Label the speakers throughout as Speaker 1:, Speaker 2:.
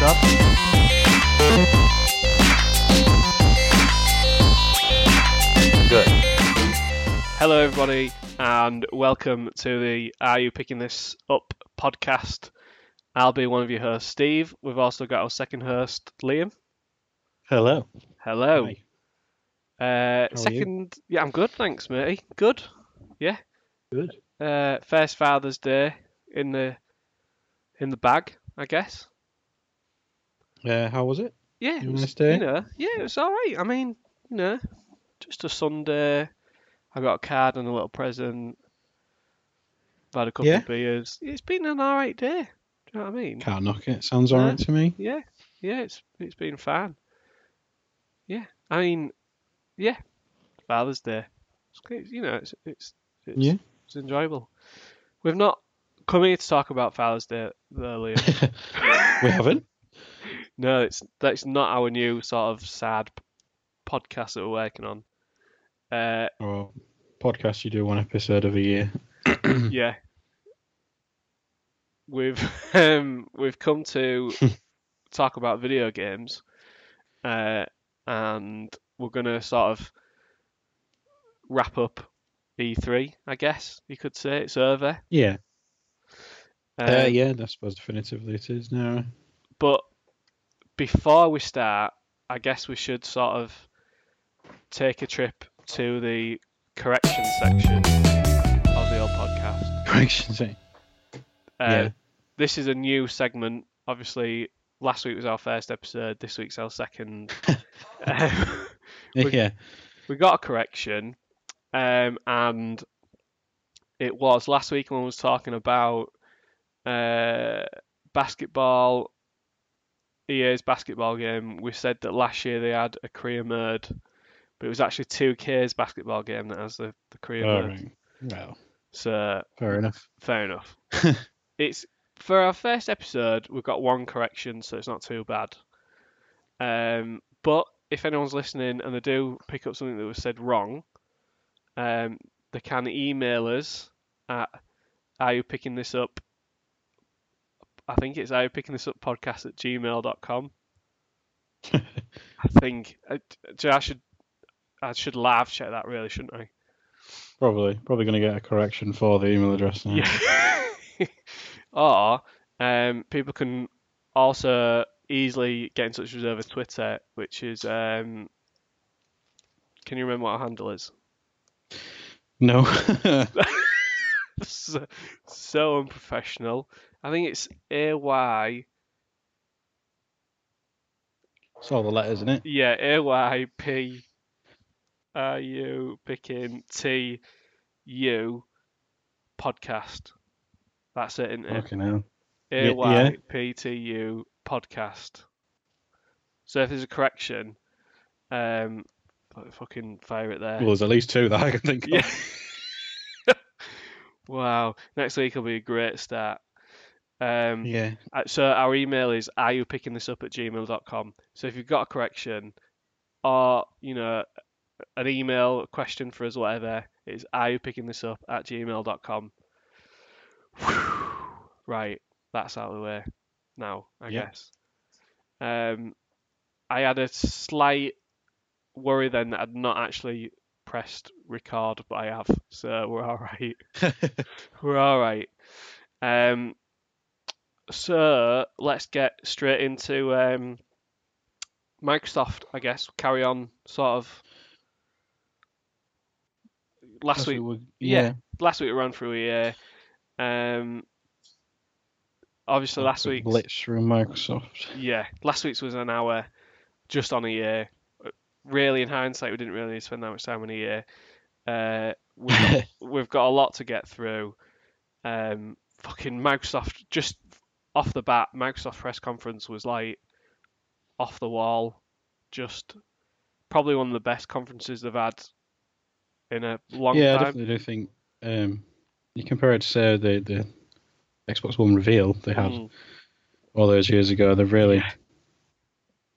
Speaker 1: ครับ Good.
Speaker 2: Hello, everybody, and welcome to the Are You Picking This Up podcast. I'll be one of your hosts, Steve. We've also got our second host, Liam.
Speaker 3: Hello.
Speaker 2: Hello.
Speaker 3: Hi.
Speaker 2: Uh,
Speaker 3: you?
Speaker 2: second, yeah, I'm good, thanks, matey. Good.
Speaker 3: Good.
Speaker 2: Uh, first Father's Day in the in the bag, I guess.
Speaker 3: Uh, how was it?
Speaker 2: Yeah,
Speaker 3: You
Speaker 2: it was,
Speaker 3: nice day?
Speaker 2: you know, yeah, it was all right. I mean, you know, just a Sunday. I got a card and a little present. I've had a couple
Speaker 3: Yeah.
Speaker 2: of beers. It's been an all right day. Do you know what I mean?
Speaker 3: Can't knock it. Sounds alright to me.
Speaker 2: Yeah, yeah, it's it's been fine. Yeah, I mean, yeah, Father's Day. It's, great, you know, it's it's it's,
Speaker 3: Yeah.
Speaker 2: it's enjoyable. We've not come here to talk about Father's Day earlier.
Speaker 3: We haven't.
Speaker 2: No, it's that's not our new sort of sad p- podcast that we're working on. Uh,
Speaker 3: Or podcast, you do one episode of a year.
Speaker 2: yeah, we've um, we've come to talk about video games, uh, and we're gonna sort of wrap up E3, I guess you could say it's over.
Speaker 3: Yeah. Uh,
Speaker 2: Um,
Speaker 3: yeah, I suppose definitively it is now.
Speaker 2: But before we start, I guess we should sort of take a trip to the correction section of the old podcast.
Speaker 3: Correction say.
Speaker 2: Uh,
Speaker 3: yeah.
Speaker 2: This is a new segment. Obviously, last week was our first episode, this week's our second. um, we-
Speaker 3: yeah.
Speaker 2: we got a correction, um, and it was last week when I was talking about uh, basketball, EA's basketball game. We said that last year they had a career mode, but it was actually 2K's basketball game that has the, the career
Speaker 3: All
Speaker 2: mode.
Speaker 3: Oh, right. Well,
Speaker 2: So,
Speaker 3: fair enough.
Speaker 2: fair enough. it's For our first episode, we've got one correction, so it's not too bad. Um, but if anyone's listening and they do pick up something that was said wrong, um, they can email us at are you picking this up? I think it's are you picking this up podcast at gmail.com. I think I, I should I should laugh check that really shouldn't I?
Speaker 3: Probably. Probably going to get a correction for the email address now.
Speaker 2: Yeah. or um, people can also easily get in touch with us over Twitter, which is um, can you remember what our handle is?
Speaker 3: No.
Speaker 2: so, so unprofessional. I think it's A Y
Speaker 3: it's all the letters, isn't it?
Speaker 2: yeah, A Y P are you picking T U podcast. That's it, isn't it?
Speaker 3: Fucking hell.
Speaker 2: A
Speaker 3: Yeah.
Speaker 2: Y P T U podcast. So if there's a correction, um, f- fucking fire it there.
Speaker 3: Well, there's at least two that I can think
Speaker 2: Uh,
Speaker 3: of.
Speaker 2: yeah. wow. Next week will be a great start. Um,
Speaker 3: Yeah.
Speaker 2: uh, So our email is are you picking this up at gmail.com. So if you've got a correction or, you know, an email, a question for us, whatever, it's are you picking this up at gmail.com. Whew. Right, that's out of the way now, I
Speaker 3: Yeah.
Speaker 2: guess. Um, I had a slight worry then that I'd not actually pressed record, but I have, so we're all right. we're all right. Um, so let's get straight into um, Microsoft, I guess. Carry on, sort of. Last
Speaker 3: That's
Speaker 2: week,
Speaker 3: what we-
Speaker 2: yeah. last week we ran through EA. Um, obviously, last week,
Speaker 3: Blitz through Microsoft.
Speaker 2: yeah, last week's was an hour just on EA. Really, in hindsight, we didn't really need to spend that much time on EA. Uh, we we've got a lot to get through. Um, fucking Microsoft, just off the bat, Microsoft press conference was like off the wall. Just probably one of the best conferences they've had in a long
Speaker 3: yeah, I
Speaker 2: time.
Speaker 3: definitely do think um, you compare it to say the the Xbox One reveal they had
Speaker 2: Mm,
Speaker 3: all those years ago. They've really,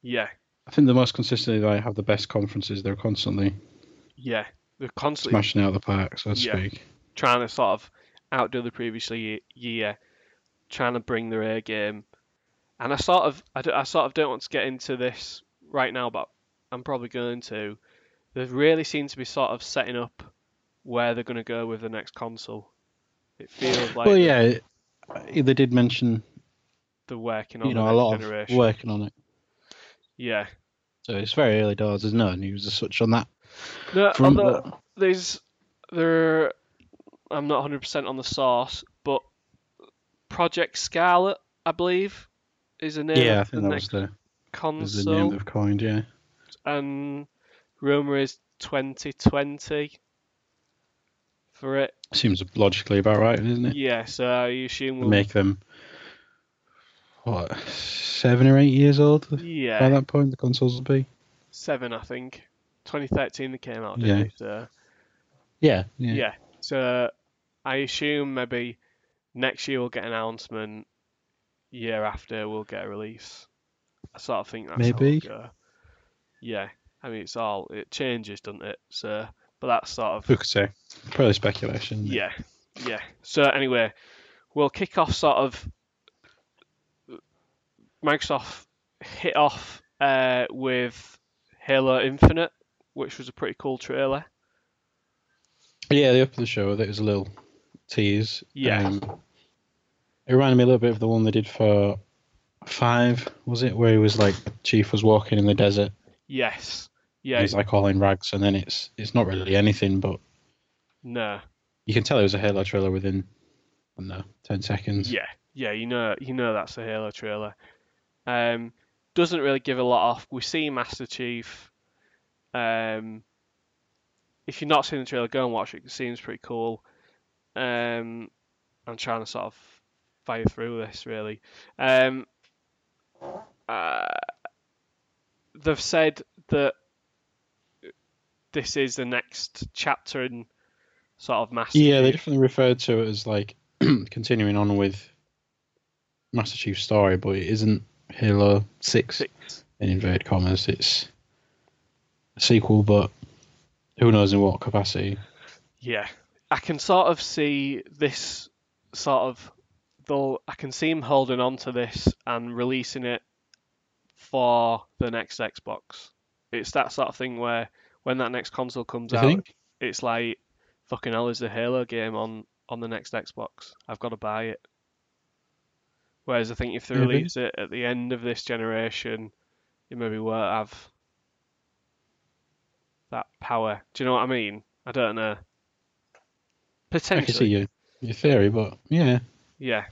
Speaker 2: yeah,
Speaker 3: I think, the most consistently they have the best conferences. They're constantly
Speaker 2: yeah. They're constantly
Speaker 3: smashing out the park, so to
Speaker 2: Yeah.
Speaker 3: speak.
Speaker 2: trying to sort of outdo the previous ye- year, trying to bring their A game. and I sort of I, do, I sort of don't want to get into this right now, but I'm probably going to. They really seem to be sort of setting up where they're going to go with the next console. It feels like
Speaker 3: well, yeah, eh, they did mention
Speaker 2: they're working on
Speaker 3: you know
Speaker 2: the
Speaker 3: a
Speaker 2: next
Speaker 3: lot
Speaker 2: generation.
Speaker 3: of working on it,
Speaker 2: Yeah.
Speaker 3: so it's very early doors. There's no news as such on that
Speaker 2: No,
Speaker 3: front.
Speaker 2: although
Speaker 3: but-
Speaker 2: there's there, I'm not 100 percent on the source, but Project Scarlet, I believe, is the name
Speaker 3: yeah, I
Speaker 2: of the
Speaker 3: think that was
Speaker 2: next
Speaker 3: the, was the
Speaker 2: console,
Speaker 3: name they've coined. Yeah,
Speaker 2: and rumor is 2020 for it.
Speaker 3: seems logically about right, isn't it?
Speaker 2: Yeah, so I assume we'll
Speaker 3: Make them what seven or eight years old by
Speaker 2: yeah
Speaker 3: that point. The consoles will be.
Speaker 2: seven, I think. 2013 they came out,
Speaker 3: Yeah.
Speaker 2: didn't they? So.
Speaker 3: Yeah,
Speaker 2: Yeah.
Speaker 3: yeah.
Speaker 2: So I assume maybe next year we'll get an announcement. Year after we'll get a release. I sort of think that's how it'll
Speaker 3: Maybe.
Speaker 2: go. Yeah. I mean, it's all it changes, doesn't it? So, but that's sort
Speaker 3: Who
Speaker 2: of
Speaker 3: could say? Probably speculation. isn't it?
Speaker 2: yeah, yeah. So anyway, we'll kick off sort of Microsoft hit off uh, with Halo Infinite, which was a pretty cool trailer.
Speaker 3: Yeah, the up of the show with it was a little tease.
Speaker 2: Yeah.
Speaker 3: Um, it reminded me a little bit of the one they did for Five, was it? Where he was like, Chief was walking in the desert.
Speaker 2: Yes.
Speaker 3: Yeah.
Speaker 2: Yeah.
Speaker 3: He's like all in rags, and then it's it's not really anything, but
Speaker 2: no.
Speaker 3: you can tell it was a Halo trailer within, I don't know, 10 seconds.
Speaker 2: Yeah, yeah, you know, you know that's a Halo trailer. Um, doesn't really give a lot off. We see Master Chief. Um, if you've not seen the trailer, go and watch it. It seems pretty cool. Um, I'm trying to sort of fire through this really. Um, uh, they've said that this is the next chapter in sort of Master.
Speaker 3: Yeah, they
Speaker 2: Chief.
Speaker 3: definitely referred to it as like continuing on with Master Chief's story, but it isn't Halo 6
Speaker 2: Six.
Speaker 3: in inverted commas. It's a sequel, but who knows in what capacity.
Speaker 2: Yeah, I can sort of see this sort of the I can see him holding on to this and releasing it for the next Xbox. It's that sort of thing where when that next console comes
Speaker 3: Do you
Speaker 2: out,
Speaker 3: think?
Speaker 2: it's like fucking hell is the Halo game on on the next Xbox. I've got to buy it. Whereas I think if they
Speaker 3: Maybe.
Speaker 2: release it at the end of this generation, it maybe won't have that power. Do you know what I mean? I don't know.
Speaker 3: I can see
Speaker 2: Potentially,
Speaker 3: your, your theory, but yeah.
Speaker 2: yeah.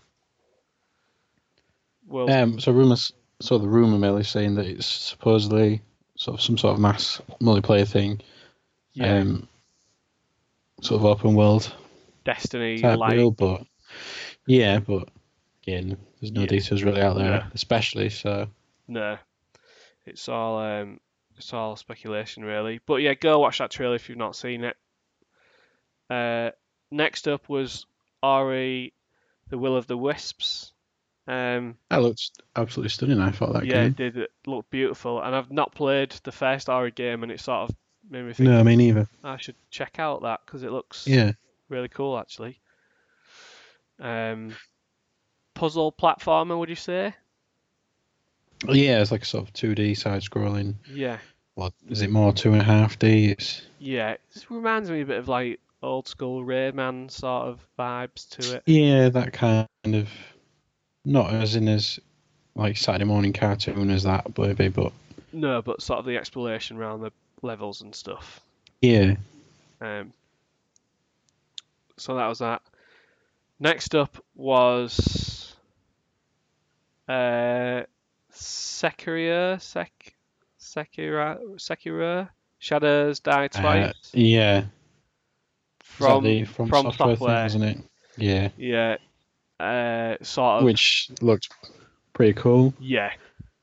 Speaker 2: Well,
Speaker 3: Um, so rumors, so the rumor mill is saying that it's supposedly sort of some sort of mass multiplayer thing.
Speaker 2: yeah,
Speaker 3: Um, sort of open world
Speaker 2: Destiny,
Speaker 3: type
Speaker 2: like,
Speaker 3: deal, but yeah, but again, there's no
Speaker 2: Yeah.
Speaker 3: details really out there,
Speaker 2: No.
Speaker 3: especially so.
Speaker 2: No, it's all um, it's all speculation really. But yeah, go watch that trailer if you've not seen it. Uh, next up was Ori, the Will of the Wisps. Um,
Speaker 3: That looks absolutely stunning. I thought that
Speaker 2: yeah,
Speaker 3: game.
Speaker 2: it did it look beautiful, and I've not played the first Ori game, and it sort of made me think
Speaker 3: No, me neither.
Speaker 2: I should check out that because it looks
Speaker 3: Yeah,
Speaker 2: really cool actually. Um, puzzle platformer, would you say?
Speaker 3: yeah, it's like a sort of two D side scrolling.
Speaker 2: Yeah.
Speaker 3: What is it more two and a half D? It's
Speaker 2: Yeah, it just reminds me a bit of like old school Rayman sort of vibes to it.
Speaker 3: Yeah, that kind of not as in as like Saturday morning cartoon as that, maybe, but
Speaker 2: No, but sort of the exploration around the levels and stuff.
Speaker 3: yeah,
Speaker 2: Um, so that was that. Next up was uh, Sekiro, Sek, Sekiro, Sekiro, Shadows Die
Speaker 3: uh,
Speaker 2: Twice
Speaker 3: yeah, Is that
Speaker 2: from
Speaker 3: the from, software, thing, wasn't it? Yeah,
Speaker 2: Yeah, uh, sort of.
Speaker 3: which looked pretty cool.
Speaker 2: Yeah,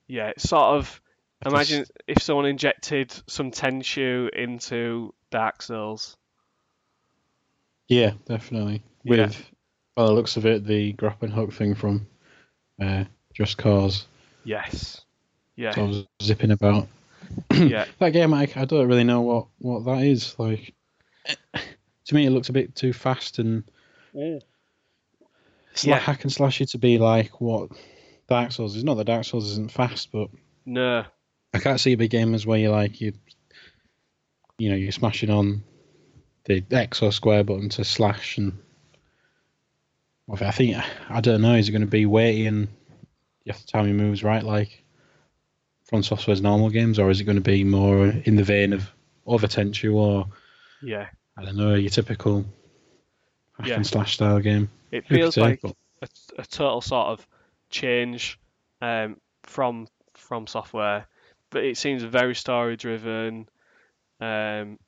Speaker 2: yeah. It's sort of.
Speaker 3: I just-
Speaker 2: Imagine if someone injected some Tenshu into Dark Souls.
Speaker 3: Yeah, definitely.
Speaker 2: Yeah.
Speaker 3: With by the looks of it, the grappling hook thing from uh, Just Cause,
Speaker 2: Yes. Yeah.
Speaker 3: so I was zipping about.
Speaker 2: yeah.
Speaker 3: That game, I, I don't really know what what that is like. to me, it looks a bit too fast and
Speaker 2: Mm.
Speaker 3: It's
Speaker 2: Yeah.
Speaker 3: like hack and slashy to be like what Dark Souls is not that Dark Souls isn't fast, but
Speaker 2: No,
Speaker 3: I can't see big gamers where you're like you, you know, you're smashing on the X or square button to slash and. Well, I think I don't know. Is it going to be weighty and you have to time your moves right, like from Software's normal games, or is it going to be more in the vein of Overtenchu or
Speaker 2: yeah,
Speaker 3: I don't know your typical hack
Speaker 2: Yeah.
Speaker 3: and slash style game?
Speaker 2: it
Speaker 3: Who could
Speaker 2: feels
Speaker 3: say,
Speaker 2: like uh,
Speaker 3: but-
Speaker 2: a, a total sort of change um, from from software, but it seems very story driven, um,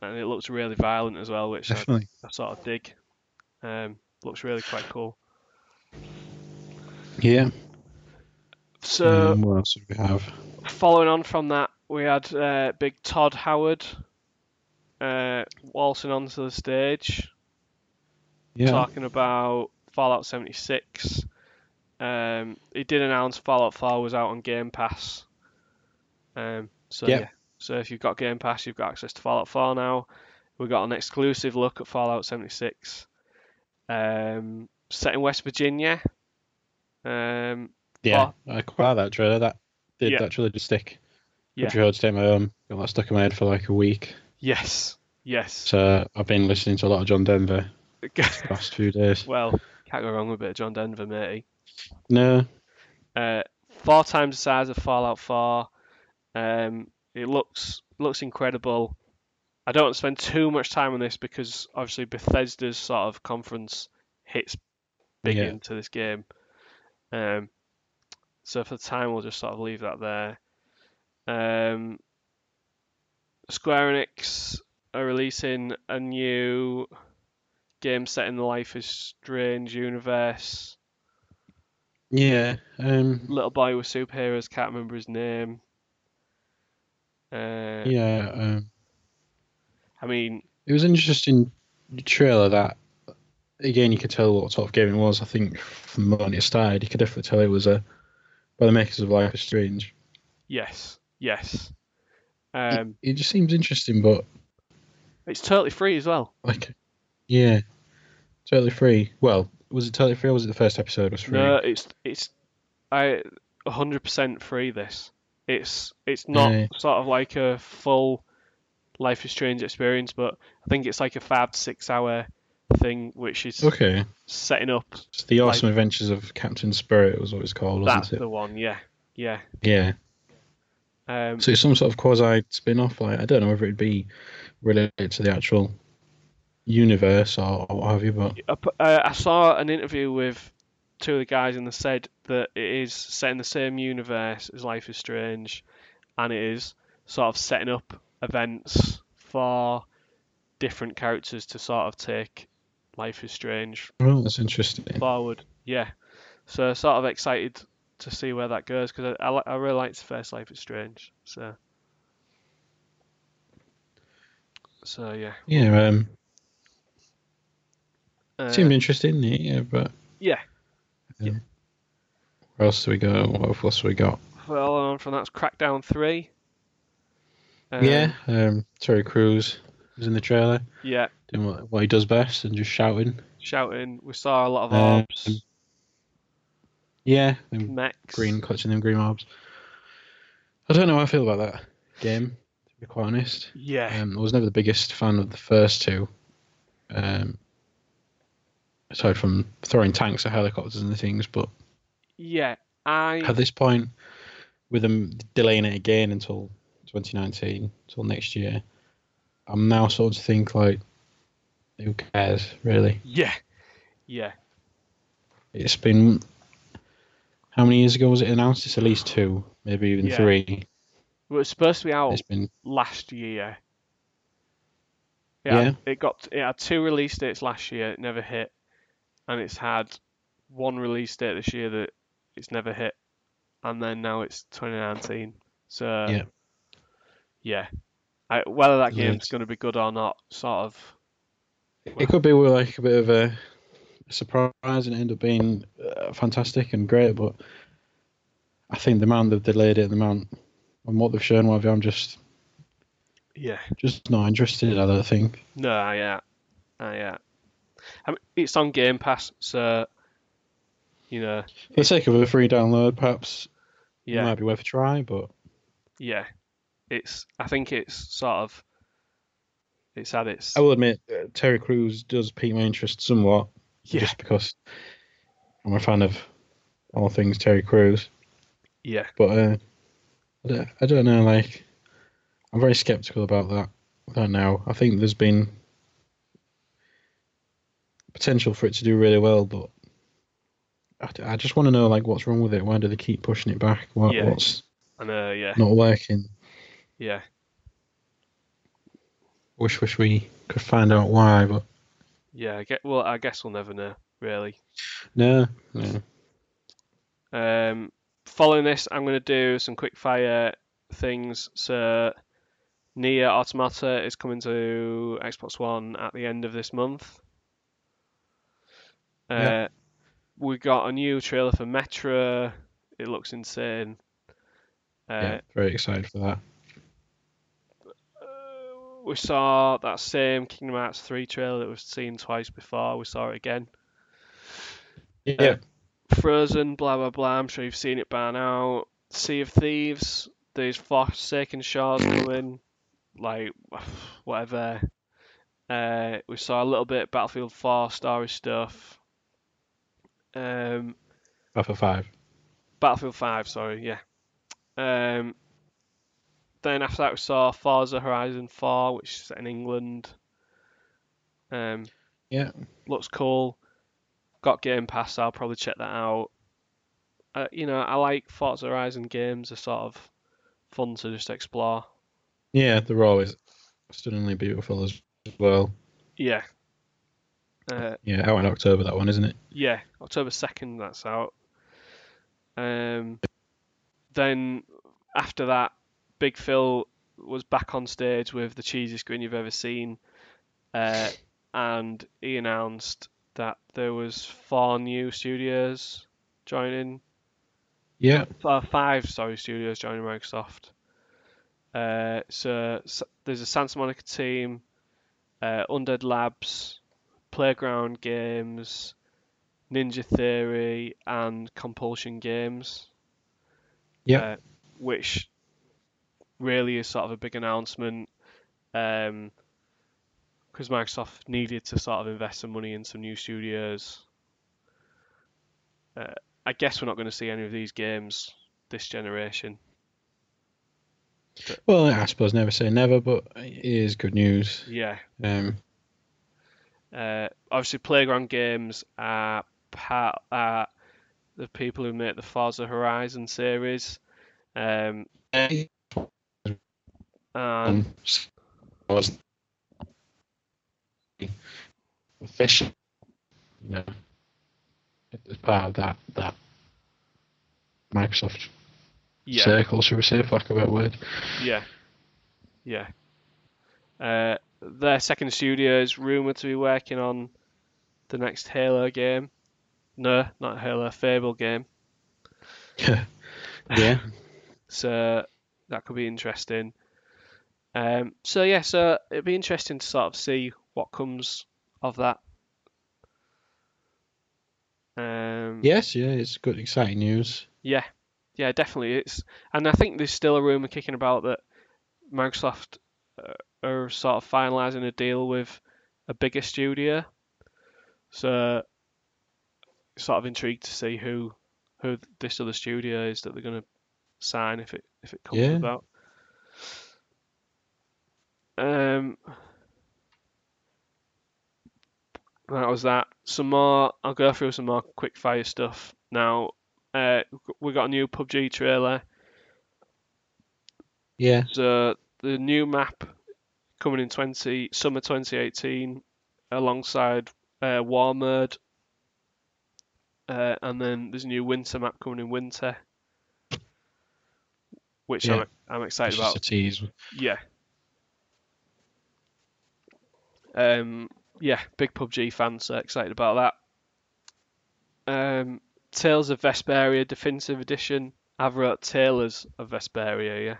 Speaker 2: and it looks really violent as well, which I,
Speaker 3: definitely.
Speaker 2: I sort of dig. Um, looks really quite cool.
Speaker 3: Yeah.
Speaker 2: So
Speaker 3: um, what else do we have?
Speaker 2: following on from that, we had uh, big Todd Howard uh, waltzing onto the stage.
Speaker 3: Yeah.
Speaker 2: talking about Fallout 76. Um, he did announce Fallout 4 was out on Game Pass. Um, so
Speaker 3: Yep.
Speaker 2: yeah, so if you've got Game Pass, you've got access to Fallout 4 now. We got an exclusive look at Fallout 76, um, set in West Virginia. Um,
Speaker 3: Yeah, I quite like that trailer. That did
Speaker 2: Yeah.
Speaker 3: that trailer just stick.
Speaker 2: Yeah.
Speaker 3: Country Roads Take My Home. Got that stuck in my head for like a week.
Speaker 2: yes, yes.
Speaker 3: So I've been listening to a lot of John Denver the past few days.
Speaker 2: well, can't go wrong with a bit of John Denver, matey.
Speaker 3: No,
Speaker 2: uh, four times the size of Fallout 4. Um, it looks looks incredible. I don't want to spend too much time on this because obviously Bethesda's sort of conference hits big
Speaker 3: Yeah.
Speaker 2: into this game. Um, so for the time, we'll just sort of leave that there. Um, Square Enix are releasing a new game set in the Life is Strange universe
Speaker 3: yeah, um,
Speaker 2: little boy with superheroes. Can't remember his name. Uh,
Speaker 3: yeah. Um,
Speaker 2: I mean,
Speaker 3: it was an interesting trailer. That again, you could tell what sort of game it was. I think from the moment it started, you could definitely tell it was a by the makers of Life is Strange.
Speaker 2: yes, yes. Um,
Speaker 3: It just seems interesting, but
Speaker 2: it's totally free as well.
Speaker 3: like, yeah, totally free. Well, was it totally free? or Was it the first episode was free?
Speaker 2: No, it's it's I 100% free. This it's it's not
Speaker 3: Yeah.
Speaker 2: sort of like a full Life is Strange experience, but I think it's like a five to six hour thing, which is
Speaker 3: Okay.
Speaker 2: setting up.
Speaker 3: It's the Awesome Adventures of Captain Spirit was what it's called,
Speaker 2: That's
Speaker 3: wasn't it?
Speaker 2: the one. Yeah, yeah.
Speaker 3: Yeah.
Speaker 2: Um,
Speaker 3: So it's some sort of quasi spin off. Like I don't know whether it'd be related to the actual universe or, or what have you, but
Speaker 2: I pu- uh, I saw an interview with two of the guys, and they said that it is set in the same universe as Life is Strange, and it is sort of setting up events for different characters to sort of take Life is Strange
Speaker 3: well, oh, that's interesting.
Speaker 2: forward. Yeah, so sort of excited to see where that goes because I, I, li- I really liked the first Life is Strange. So, so yeah.
Speaker 3: Yeah, um,
Speaker 2: Uh,
Speaker 3: seemed interesting. Yeah, but
Speaker 2: yeah.
Speaker 3: um,
Speaker 2: Yeah.
Speaker 3: Where else do we go? What else we got?
Speaker 2: well, on from that's Crackdown three. Um,
Speaker 3: yeah, um, Terry Crews was in the trailer
Speaker 2: Yeah,
Speaker 3: doing what, what he does best and just shouting.
Speaker 2: shouting. We saw a lot of
Speaker 3: Um,
Speaker 2: orbs,
Speaker 3: Yeah, them
Speaker 2: mechs.
Speaker 3: green clutching them green mobs. I don't know how I feel about that game. To be quite honest.
Speaker 2: Yeah,
Speaker 3: Um, I was never the biggest fan of the first two. Um, aside from throwing tanks at helicopters and things, but
Speaker 2: yeah. I
Speaker 3: at this point, with them delaying it again until 2019, until next year, I'm now sort of to think like, who cares really?
Speaker 2: yeah, yeah,
Speaker 3: It's been how many years ago was it announced? It's at least two, maybe even
Speaker 2: Yeah.
Speaker 3: three.
Speaker 2: it was supposed to be out
Speaker 3: It's been
Speaker 2: last year. It
Speaker 3: Yeah.
Speaker 2: had, it got it had two release dates last year. It never hit, and it's had one release date this year that it's never hit, and then now it's 2019. So
Speaker 3: Yeah.
Speaker 2: yeah. I, whether that
Speaker 3: Yeah,
Speaker 2: game's
Speaker 3: it's-
Speaker 2: going to be good or not, sort of. well-
Speaker 3: it could be we're like a bit of a surprise and end up being uh, fantastic and great, but I think the amount they've delayed it, the amount and what they've shown, what have you, I'm just
Speaker 2: Yeah.
Speaker 3: just not interested. I don't think.
Speaker 2: No, uh, yeah, uh, yeah. I mean, it's on Game Pass, so You know,
Speaker 3: For the sake of a free download, perhaps it
Speaker 2: yeah,
Speaker 3: might be worth a try, but
Speaker 2: yeah. It's I think it's sort of it's at its
Speaker 3: I will admit uh, Terry Crews does pique my interest somewhat,
Speaker 2: yeah
Speaker 3: just because I'm a fan of all things Terry Crews.
Speaker 2: yeah
Speaker 3: But uh, I, don't, I don't know, like I'm very skeptical about that. I don't know. I think there's been potential for it to do really well, but I, d- I just want to know like what's wrong with it. Why do they keep pushing it back? What,
Speaker 2: Yeah.
Speaker 3: What's
Speaker 2: I know yeah
Speaker 3: not working?
Speaker 2: yeah
Speaker 3: Wish, wish we could find out why, but
Speaker 2: yeah. I get well. I guess we'll never know really.
Speaker 3: no,
Speaker 2: Uh,
Speaker 3: no.
Speaker 2: Um, following this, I'm going to do some quick fire things. So, Nier Automata is coming to Xbox One at the end of this month. Uh,
Speaker 3: Yeah.
Speaker 2: We got a new trailer for Metro. It looks insane. Uh,
Speaker 3: yeah, very excited for that.
Speaker 2: uh, we saw that same Kingdom Hearts 3 trailer that we've seen twice before. We saw it again.
Speaker 3: Yeah,
Speaker 2: Frozen, blah blah blah. I'm sure you've seen it by now. Sea of Thieves. There's Forsaken Shores coming. Like whatever. Uh, we saw a little bit of Battlefield 4 story stuff. Um,
Speaker 3: five for five.
Speaker 2: Battlefield 5, sorry, yeah. Um, then after that we saw Forza Horizon 4, which is set in England. Um,
Speaker 3: Yeah.
Speaker 2: Looks cool. Got Game Pass, so I'll probably check that out. Uh, you know, I like Forza Horizon games. They're sort of fun to just explore.
Speaker 3: Yeah, they're always stunningly beautiful as well.
Speaker 2: Yeah. Uh,
Speaker 3: Yeah, out in October that one, isn't it?
Speaker 2: Yeah, October second. That's out. Um, then after that, Big Phil was back on stage with the cheesiest grin you've ever seen, uh, and he announced that there was four new studios joining,
Speaker 3: Yeah,
Speaker 2: uh, five sorry studios joining Microsoft. Uh, so s- there's a Santa Monica team, uh, Undead Labs, Playground Games, Ninja Theory, and Compulsion Games,
Speaker 3: yeah,
Speaker 2: Uh, which really is sort of a big announcement because Microsoft needed to sort of invest some money in some new studios. Uh, I guess we're not going to see any of these games this generation.
Speaker 3: Well, I suppose never say never, but it is good news.
Speaker 2: Yeah,
Speaker 3: Um,
Speaker 2: Uh, obviously, Playground Games are part are the people who make the Forza Horizon series, um, and
Speaker 3: um, so I was- fish, you know, it's part of that that Microsoft
Speaker 2: yeah,
Speaker 3: circle, should we say, for lack of a better word?
Speaker 2: yeah, yeah. Uh, their second studio is rumored to be working on the next Halo game. No, not Halo, Fable game.
Speaker 3: yeah,
Speaker 2: So that could be interesting. Um, so yeah, so it'd be interesting to sort of see what comes of that. Um,
Speaker 3: yes, yeah, it's good, exciting news.
Speaker 2: yeah, yeah, definitely. It's and I think there's still a rumor kicking about that Microsoft uh, are sort of finalizing a deal with a bigger studio. So sort of intrigued to see who who this other studio is that they're going to sign if it if it comes
Speaker 3: Yeah.
Speaker 2: about. Um, that was that. Some more. I'll go through some more quick fire stuff now. Uh, we got a new PUBG trailer.
Speaker 3: Yeah,
Speaker 2: So the new map coming in 20 summer 2018 alongside uh, War Mode. Uh, and then there's a new winter map coming in winter, which
Speaker 3: Yeah.
Speaker 2: I'm, e-, I'm excited
Speaker 3: it's
Speaker 2: about.
Speaker 3: just a tease.
Speaker 2: Yeah. Um. Yeah, big PUBG fan, so excited about that. Um, Tales of Vesperia Definitive Edition. I've wrote Tailors of Vesperia. Yeah,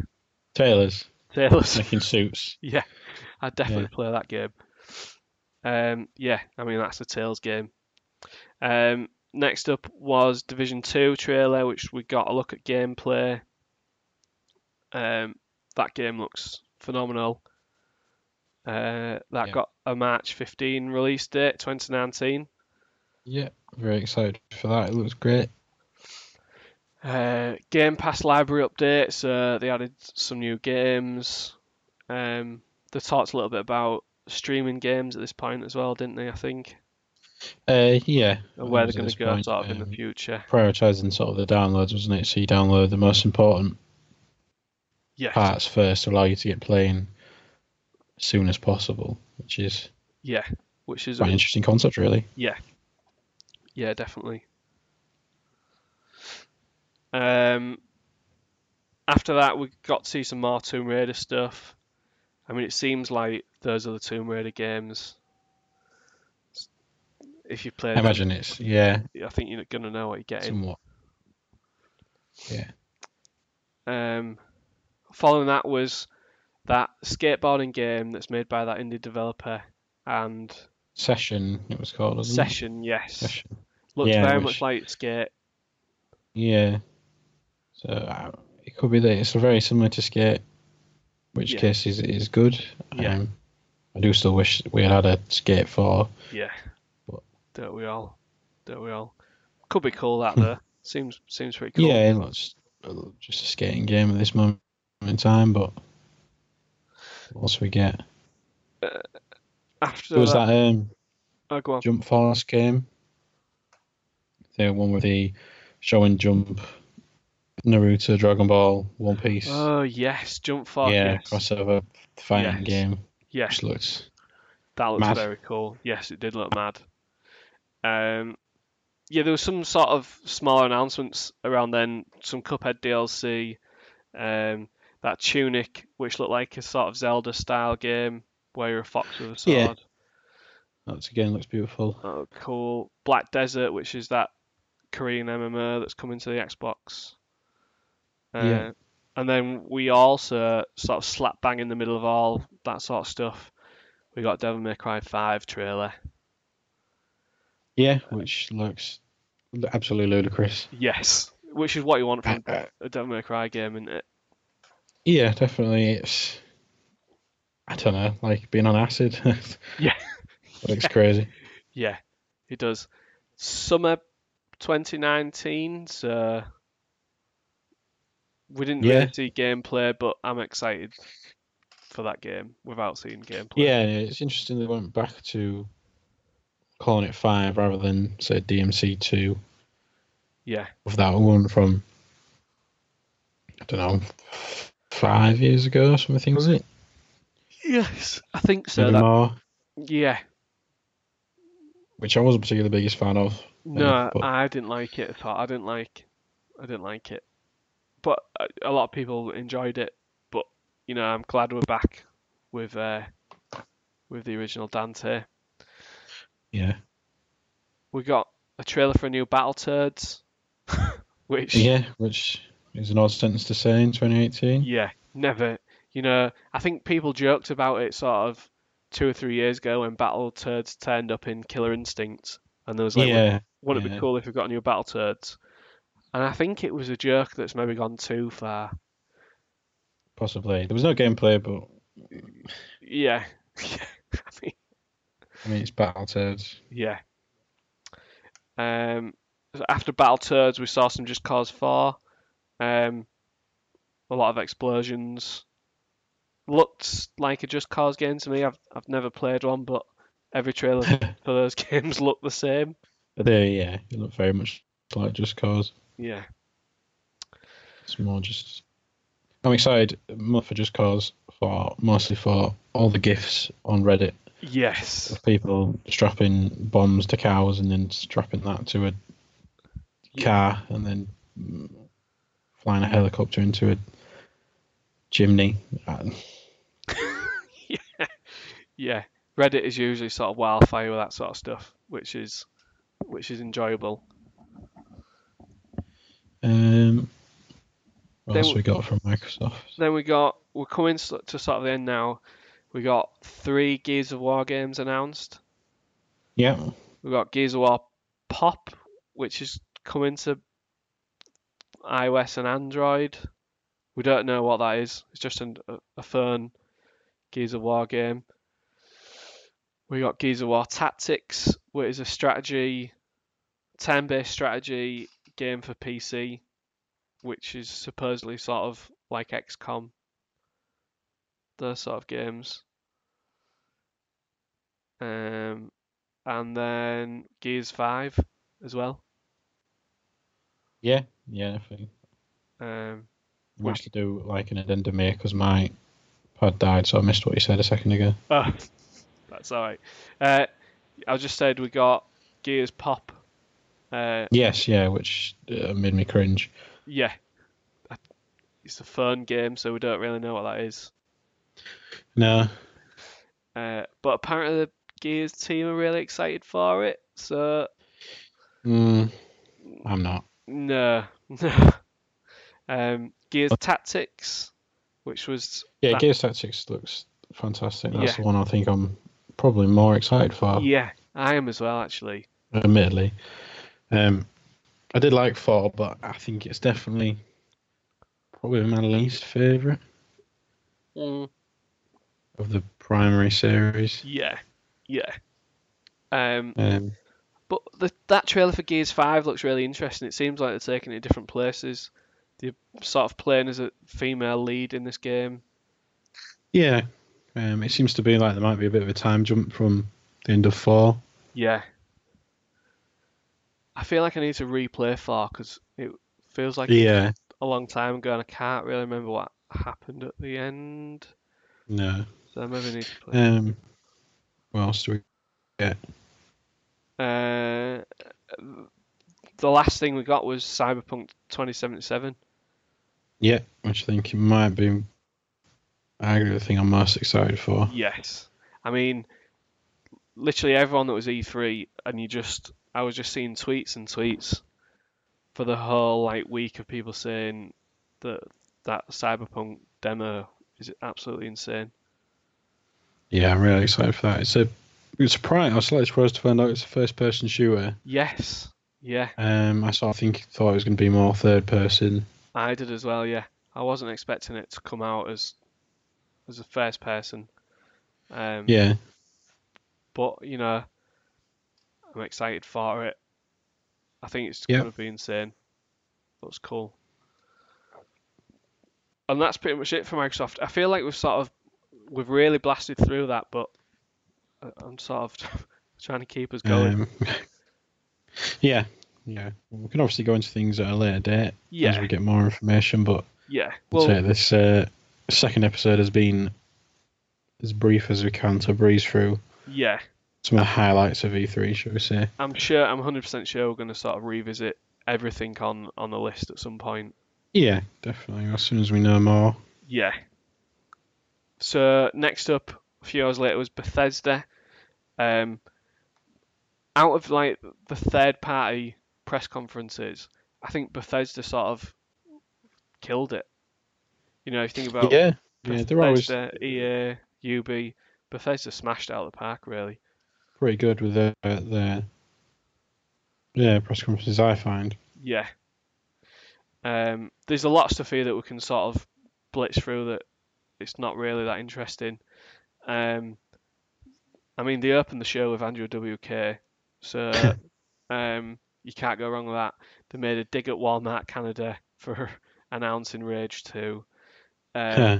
Speaker 3: Tailors
Speaker 2: Tailors.
Speaker 3: making suits.
Speaker 2: I'd definitely play that game. Um, yeah, I mean that's a Tails game. Um, Next up was Division 2 trailer, which we got a look at gameplay. Um, that game looks phenomenal. Uh, that
Speaker 3: Yeah.
Speaker 2: got a March 15 release date, 2019.
Speaker 3: Yeah, very excited for that. It looks great.
Speaker 2: Uh, Game Pass library updates. Uh, they added some new games. Um, they talked a little bit about streaming games at this point as well, didn't they? I think
Speaker 3: Uh, yeah.
Speaker 2: and where
Speaker 3: At
Speaker 2: they're going
Speaker 3: this
Speaker 2: to go
Speaker 3: point,
Speaker 2: sort of in
Speaker 3: um,
Speaker 2: the future.
Speaker 3: prioritising sort of the downloads, wasn't it? So you download the most important
Speaker 2: Yes.
Speaker 3: parts first to allow you to get playing as soon as possible, which is
Speaker 2: yeah. Which is
Speaker 3: quite an interesting concept, really.
Speaker 2: yeah, definitely. Um, after that, we got to see some more Tomb Raider stuff. I mean, it seems like those are the Tomb Raider games. If you play
Speaker 3: I imagine it's yeah,
Speaker 2: I think you're gonna know what you're getting.
Speaker 3: somewhat.
Speaker 2: Um, following that was that skateboarding game that's made by that indie developer and
Speaker 3: Session, it was called. Wasn't it?
Speaker 2: Session, yes,
Speaker 3: Session.
Speaker 2: looked
Speaker 3: Yeah,
Speaker 2: very
Speaker 3: which-
Speaker 2: much like Skate.
Speaker 3: Yeah. So uh, it could be that it's very similar to Skate, which
Speaker 2: Yeah.
Speaker 3: case is is good.
Speaker 2: Yeah.
Speaker 3: Um, I do still wish we had had a Skate Four.
Speaker 2: Yeah,
Speaker 3: But-
Speaker 2: don't we all? Don't we all? Could be cool that though. seems seems pretty cool.
Speaker 3: Yeah, it looks uh, just a skating game at this moment in time, but what else we get?
Speaker 2: After
Speaker 3: There was
Speaker 2: that,
Speaker 3: that um,
Speaker 2: oh, go on.
Speaker 3: Jump Force game. The one with the showing Jump, Naruto, Dragon Ball, One Piece.
Speaker 2: Oh yes, Jump Force.
Speaker 3: yeah,
Speaker 2: yes,
Speaker 3: crossover
Speaker 2: Yes.
Speaker 3: fighting game.
Speaker 2: yes.
Speaker 3: Which looks
Speaker 2: That looks
Speaker 3: Mad.
Speaker 2: very cool. Yes, it did look mad. Um, yeah, there was some sort of smaller announcements around then. Some Cuphead DLC, um, that Tunic, which looked like a sort of Zelda-style game where you're a fox with a sword.
Speaker 3: Yeah. that's again looks beautiful.
Speaker 2: Oh, cool. Black Desert, which is that Korean MMO that's coming to the Xbox. Uh,
Speaker 3: Yeah.
Speaker 2: And then we also sort of slap bang in the middle of all that sort of stuff. We got Devil May Cry 5 trailer.
Speaker 3: Yeah, which looks l- absolutely ludicrous.
Speaker 2: Yes, which is what you want from
Speaker 3: Uh,
Speaker 2: a Devil May Cry game, isn't it?
Speaker 3: Yeah, definitely. It's I don't know, like being on acid.
Speaker 2: Yeah.
Speaker 3: looks crazy.
Speaker 2: Yeah, it does. Summer 2019, so we didn't
Speaker 3: Yeah.
Speaker 2: really see gameplay, but I'm excited for that game without seeing gameplay.
Speaker 3: Yeah, it's interesting they went back to calling it five rather than say DMC two.
Speaker 2: Yeah,
Speaker 3: of that one from I don't know five years ago or something was it?
Speaker 2: Yes, I think so.
Speaker 3: Maybe
Speaker 2: That,
Speaker 3: more,
Speaker 2: yeah,
Speaker 3: which I wasn't particularly the biggest fan of.
Speaker 2: no,
Speaker 3: but-
Speaker 2: I didn't like it. I thought I didn't like, I didn't like it. But a, a lot of people enjoyed it. But you know, I'm glad we're back with uh, with the original Dante.
Speaker 3: Yeah,
Speaker 2: We got a trailer for a new Battletoads, which
Speaker 3: yeah, which is an odd sentence to say in 2018.
Speaker 2: Yeah, never. You know, I think people joked about it sort of two or three years ago when Battletoads turned up in Killer Instinct, and there was like,
Speaker 3: yeah,
Speaker 2: wouldn't it be
Speaker 3: yeah.
Speaker 2: cool if we got a new Battletoads? And I think it was a joke that's maybe gone too far.
Speaker 3: possibly. There was no gameplay, but
Speaker 2: Yeah, yeah, I mean,
Speaker 3: I mean it's Battletoads.
Speaker 2: yeah. Um, so after Battletoads, we saw some Just Cause Four, um, a lot of explosions. Looked like a Just Cause game to me. I've I've never played one, but every trailer for those games look the same.
Speaker 3: But they, yeah, it looked very much like Just Cause.
Speaker 2: Yeah,
Speaker 3: It's more just. I'm excited more for Just Cause for mostly for all the gifs on Reddit
Speaker 2: yes,
Speaker 3: of people strapping bombs to cows and then strapping that to a car and then mm, flying a helicopter into a chimney. Uh,
Speaker 2: yeah. Reddit is usually sort of wildfire with that sort of stuff, which is which is enjoyable.
Speaker 3: Um, what
Speaker 2: They
Speaker 3: else
Speaker 2: w-
Speaker 3: we got from Microsoft?
Speaker 2: Then we got we're coming s- to sort of the end now. We got three Gears of War games announced.
Speaker 3: Yeah,
Speaker 2: We got Gears of War Pop, which is coming to iOS and Android. We don't know what that is. It's just an, a, a fun Gears of War game. We got Gears of War Tactics, which is a strategy, turn-based strategy game for PC, which is supposedly sort of like XCOM. Those sort of games. Um, and then Gears Five as well.
Speaker 3: Yeah, yeah, I think.
Speaker 2: Um,
Speaker 3: I managed to do like an addendum here because my pad died, so I missed what you said a second ago.
Speaker 2: Oh, that's all right. Uh, I just said we got Gears Pop. Uh,
Speaker 3: Yes, yeah, which uh, made me cringe.
Speaker 2: yeah, I- it's a fun game, so we don't really know what that is.
Speaker 3: No,
Speaker 2: Uh, but apparently the Gears team are really excited for it. So Hmm.
Speaker 3: mm, I'm not.
Speaker 2: no, no. um, Gears Tactics, which was
Speaker 3: Yeah,
Speaker 2: That-
Speaker 3: Gears Tactics looks fantastic. That's
Speaker 2: Yeah.
Speaker 3: the one I think I'm probably more excited for,
Speaker 2: yeah, I am as well actually.
Speaker 3: admittedly. Um, I did like 4, but I think it's definitely probably my least favourite of the primary series.
Speaker 2: Yeah, yeah. Um,
Speaker 3: Um,
Speaker 2: But the, that trailer for Gears 5 looks really interesting. It seems like they're taking it to different places. They're sort of playing as a female lead in this game.
Speaker 3: yeah, um, it seems to be like there might be a bit of a time jump from the end of 4.
Speaker 2: Yeah. I feel like I need to replay 4 because it feels like
Speaker 3: Yeah,
Speaker 2: a long time ago and I can't really remember what happened at the end.
Speaker 3: no.
Speaker 2: So I maybe need to play.
Speaker 3: Um, what else do we
Speaker 2: Uh, the last thing we got was Cyberpunk 2077.
Speaker 3: Yeah, which I think it might be arguably the thing I'm most excited for.
Speaker 2: Yes. I mean, literally everyone that was E3, and you just, I was just seeing tweets and tweets for the whole like week of people saying that that Cyberpunk demo is absolutely insane.
Speaker 3: Yeah, I'm really excited for that. It's a it's surprised. I was slightly surprised to find out it's a first person shooter.
Speaker 2: Yes. Yeah,
Speaker 3: Um, I sort of think thought it was going to be more third person.
Speaker 2: I did as well. Yeah, I wasn't expecting it to come out as as a first person. Um,
Speaker 3: Yeah,
Speaker 2: But you know, I'm excited for it. I think it's
Speaker 3: Yeah.
Speaker 2: gonna be insane. Looks cool. And that's pretty much it for Microsoft. I feel like we've sort of we've really blasted through that, but I- I'm sort of trying to keep us going.
Speaker 3: um, yeah, yeah. We can obviously go into things at a later date as
Speaker 2: yeah,
Speaker 3: we get more information. But
Speaker 2: yeah.
Speaker 3: I'd say
Speaker 2: Well,
Speaker 3: this uh, second episode has been as brief as we can to breeze through
Speaker 2: yeah.
Speaker 3: some of the highlights of E3, shall we say?
Speaker 2: I'm sure. I'm 100% sure we're gonna sort of revisit everything on on the list at some point.
Speaker 3: Yeah, definitely. As soon as we know more.
Speaker 2: Yeah. So next up, a few hours later, was Bethesda. Um, out of like the third party press conferences, I think Bethesda sort of killed it. You know, if you think about
Speaker 3: yeah,
Speaker 2: Bethesda, E
Speaker 3: yeah, they're always
Speaker 2: EA, UB, Bethesda smashed it out of the park really.
Speaker 3: pretty good with their their yeah press conferences. I find.
Speaker 2: Yeah. Um, there's a lot of stuff here that we can sort of blitz through that it's not really that interesting. Um, I mean, they opened the show with Andrew WK, so um, you can't go wrong with that. They made a dig at Walmart Canada for announcing Rage 2. Um,
Speaker 3: Huh.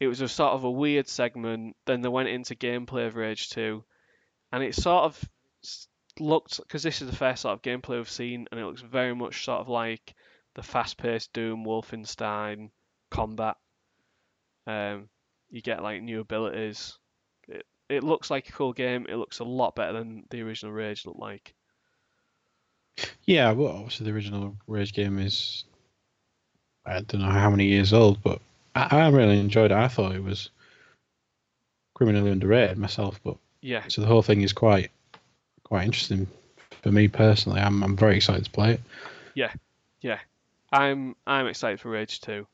Speaker 2: it was a sort of a weird segment. Then they went into gameplay of Rage 2, and it sort of s- looked because this is the first sort of gameplay we've seen, and it looks very much sort of like the fast-paced Doom Wolfenstein combat. Um, you get like new abilities. It it looks like a cool game. It looks a lot better than the original Rage looked like.
Speaker 3: Yeah, well, obviously the original Rage game is I don't know how many years old, but I, I really enjoyed it. I thought it was criminally underrated myself, but
Speaker 2: Yeah,
Speaker 3: so the whole thing is quite quite interesting for me personally. I'm I'm very excited to play it.
Speaker 2: I'm I'm excited for Rage 2.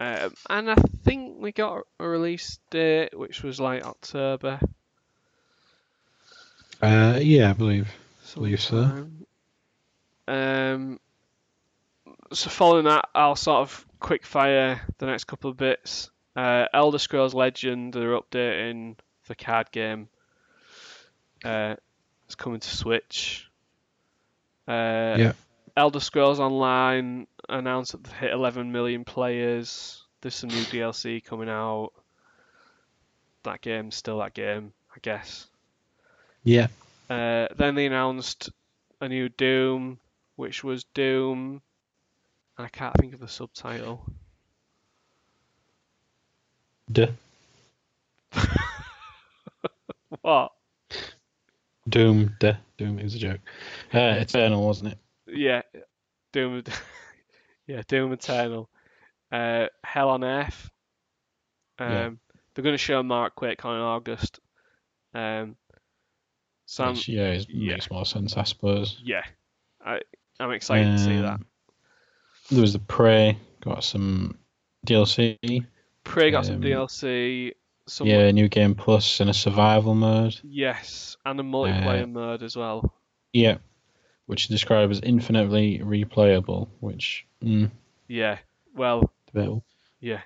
Speaker 2: Um, and I think we got a release date, which was like October.
Speaker 3: Uh, yeah, I believe.
Speaker 2: So
Speaker 3: Believe so.
Speaker 2: um, Um, so following that, I'll sort of quick fire the next couple of bits. Uh, Elder Scrolls Legend are updating the card game. Uh, it's coming to Switch. Uh,
Speaker 3: Yeah.
Speaker 2: Elder Scrolls Online announced that they've hit 11 million players. There's some new DLC coming out. That game's still that game, I guess.
Speaker 3: Yeah.
Speaker 2: Uh, then they announced a new Doom, which was Doom. And I can't think of the subtitle.
Speaker 3: Duh.
Speaker 2: What?
Speaker 3: Doom. Duh. Doom. It was a joke. Uh, Eternal, wasn't it?
Speaker 2: Yeah, Doom. yeah, Doom Eternal. Uh, Hell on Earth. Um,
Speaker 3: Yeah.
Speaker 2: they're going to show Mark Quake on in August. Um, Sam.
Speaker 3: Which, yeah, it
Speaker 2: yeah.
Speaker 3: makes more sense, I suppose.
Speaker 2: Yeah, I I'm excited to see that.
Speaker 3: Um, There was the Prey. Got some DLC.
Speaker 2: Prey got some
Speaker 3: um,
Speaker 2: DLC. Some
Speaker 3: Yeah, new game plus and a survival mode.
Speaker 2: Yes, and a
Speaker 3: Uh,
Speaker 2: multiplayer mode as well.
Speaker 3: Yeah, which is described as infinitely replayable, which mm,
Speaker 2: Yeah. Well,
Speaker 3: debatable.
Speaker 2: Yeah.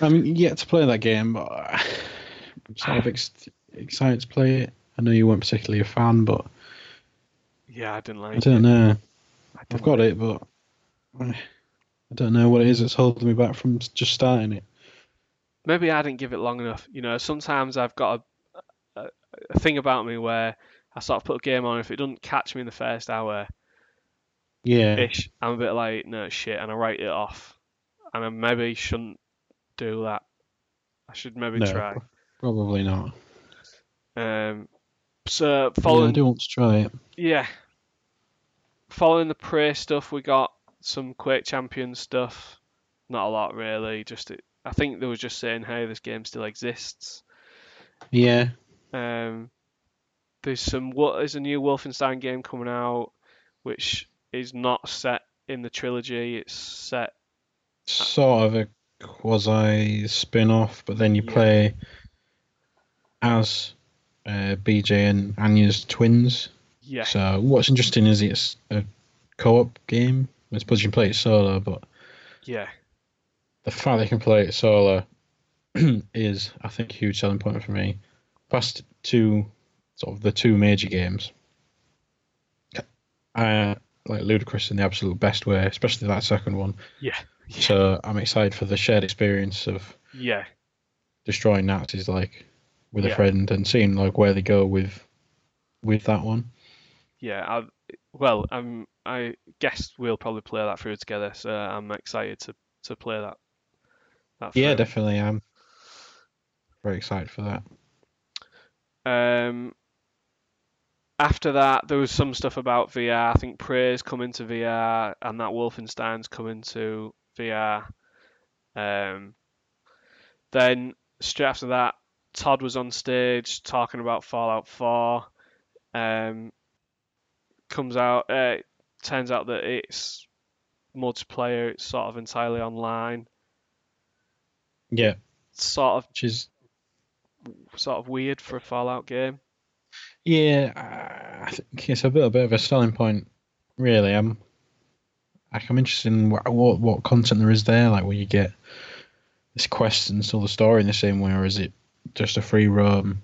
Speaker 3: I'm yet to play that game, but I'm sort of ex- excited to play it. I know you weren't particularly a fan, but
Speaker 2: yeah, I didn't like.
Speaker 3: I don't know.
Speaker 2: it. I
Speaker 3: I've
Speaker 2: didn't
Speaker 3: got
Speaker 2: like
Speaker 3: it, but I don't know what it is that's holding me back from just starting it.
Speaker 2: maybe I didn't give it long enough. You know, sometimes I've got a, a, a thing about me where I sort of put a game on. If it doesn't catch me in the first hour
Speaker 3: Yeah,
Speaker 2: ish, I'm a bit like, no shit, and I write it off. And I maybe shouldn't do that. I should maybe
Speaker 3: No.
Speaker 2: try.
Speaker 3: probably not.
Speaker 2: Um, so
Speaker 3: Yeah, I
Speaker 2: following,
Speaker 3: do want to try it.
Speaker 2: yeah, following the prey stuff, we got some Quake Champion stuff. Not a lot really. Just it, I think they were just saying, hey, this game still exists.
Speaker 3: Yeah,
Speaker 2: Um, there's some what there's a new Wolfenstein game coming out, which is not set in the trilogy. It's set
Speaker 3: sort of a quasi spin off, but then you
Speaker 2: Yeah.
Speaker 3: play as uh, BJ and Anya's twins.
Speaker 2: yeah
Speaker 3: So what's interesting is it's a co-op game. I suppose you can play it solo, but
Speaker 2: yeah
Speaker 3: the fact that you can play it solo is, I think, a huge selling point for me. Past two, sort of the two major games, uh, like Ludicrous in the absolute best way, especially that second one.
Speaker 2: Yeah.
Speaker 3: So I'm excited for the shared experience of
Speaker 2: yeah
Speaker 3: destroying Nazis, like with
Speaker 2: Yeah.
Speaker 3: a friend, and seeing like where they go with with that one.
Speaker 2: yeah. I, well, um, I guess we'll probably play that through together. So I'm excited to to play that. that
Speaker 3: Yeah,
Speaker 2: through.
Speaker 3: definitely. I'm very excited for that.
Speaker 2: Um, after that, there was some stuff about VR. I think Prey's coming to VR, and that Wolfenstein's coming to VR. Um, then straight after that, Todd was on stage talking about Fallout 4. Um, comes out. Uh, turns out that it's multiplayer. It's sort of entirely online.
Speaker 3: Yeah,
Speaker 2: Sort
Speaker 3: which is
Speaker 2: of sort of weird for a Fallout game.
Speaker 3: Yeah, I- I think it's a bit, a bit of a selling point, really. I'm, like, I'm interested in what, what what content there is there. Like, will you get this quest and still the story in the same way, or is it just a free roam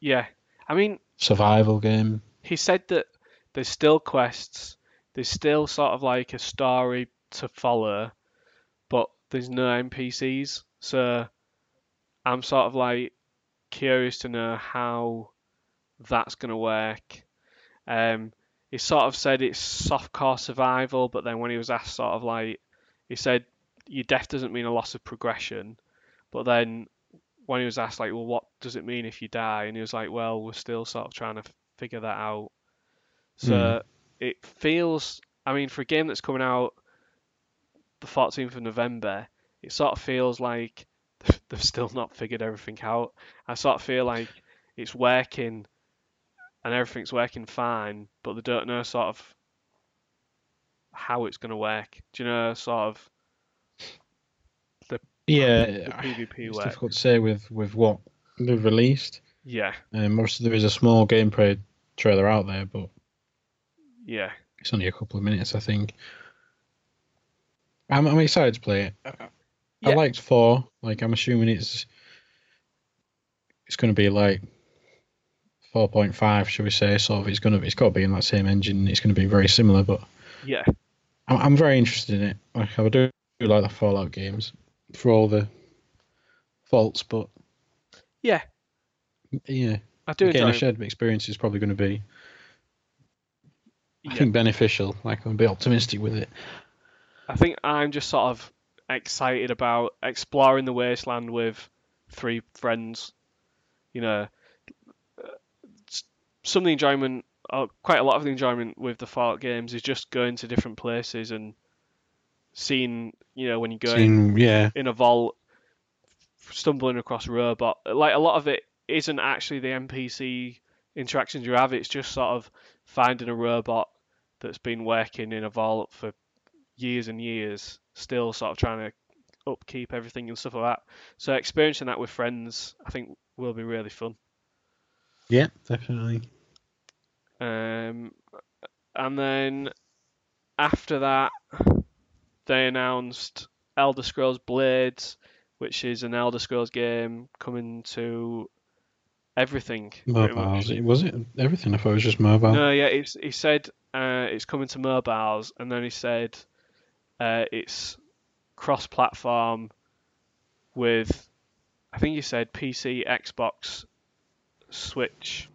Speaker 2: Yeah, I mean,
Speaker 3: survival game?
Speaker 2: he said that there's still quests, there's still sort of like a story to follow, but there's no NPCs. So I'm sort of like curious to know how that's gonna work. Um, he sort of said it's softcore survival, but then when he was asked, sort of like, he said your death doesn't mean a loss of progression, but then when he was asked like, well, what does it mean if you die? And he was like, well, we're still sort of trying to f- figure that out. So it feels, I mean, for a game that's coming out the 14th of November, it sort of feels like they've still not figured everything out. I sort of feel like it's working and everything's working fine, but they don't know sort of how it's going to work. Do you know sort of the
Speaker 3: Yeah,
Speaker 2: PvP
Speaker 3: it's
Speaker 2: work?
Speaker 3: difficult to say with with what they've released.
Speaker 2: Yeah,
Speaker 3: Um, obviously there is a small gameplay trailer out there, but
Speaker 2: yeah,
Speaker 3: It's only a couple of minutes, I think. I'm, I'm excited to play it. I
Speaker 2: Yeah.
Speaker 3: liked four. Like I'm assuming it's it's going to be like four point five, shall we say? Sort of. It's going to it's got to be in that same engine. It's going to be very similar, but
Speaker 2: Yeah,
Speaker 3: I'm, I'm very interested in it. Like I do, do like the Fallout games for all the faults, but
Speaker 2: Yeah.
Speaker 3: yeah.
Speaker 2: I do
Speaker 3: Again, a
Speaker 2: enjoy.
Speaker 3: shared experience is probably going to be, I
Speaker 2: yeah.
Speaker 3: think, beneficial. Like I'm a bit optimistic with it.
Speaker 2: I think I'm just sort of excited about exploring the wasteland with three friends. You know, Uh, s- some of the enjoyment, or quite a lot of the enjoyment with the Fallout games is just going to different places and seeing, you know, when you go in
Speaker 3: Seeing- yeah,
Speaker 2: in a vault, stumbling across robot. Like a lot of it isn't actually the NPC interactions you have. It's just sort of finding a robot that's been working in a vault for years and years, still sort of trying to upkeep everything and stuff like that. So experiencing that with friends, I think, will be really fun.
Speaker 3: yeah, definitely.
Speaker 2: Um, and then after that, they announced Elder Scrolls Blades, which is an Elder Scrolls game coming to everything. pretty much.
Speaker 3: Mobiles. It was it everything. I thought it was just mobile.
Speaker 2: No, yeah, it's, he said uh, it's coming to mobiles, and then he said uh, it's cross-platform with, I think he said PC, Xbox, Switch,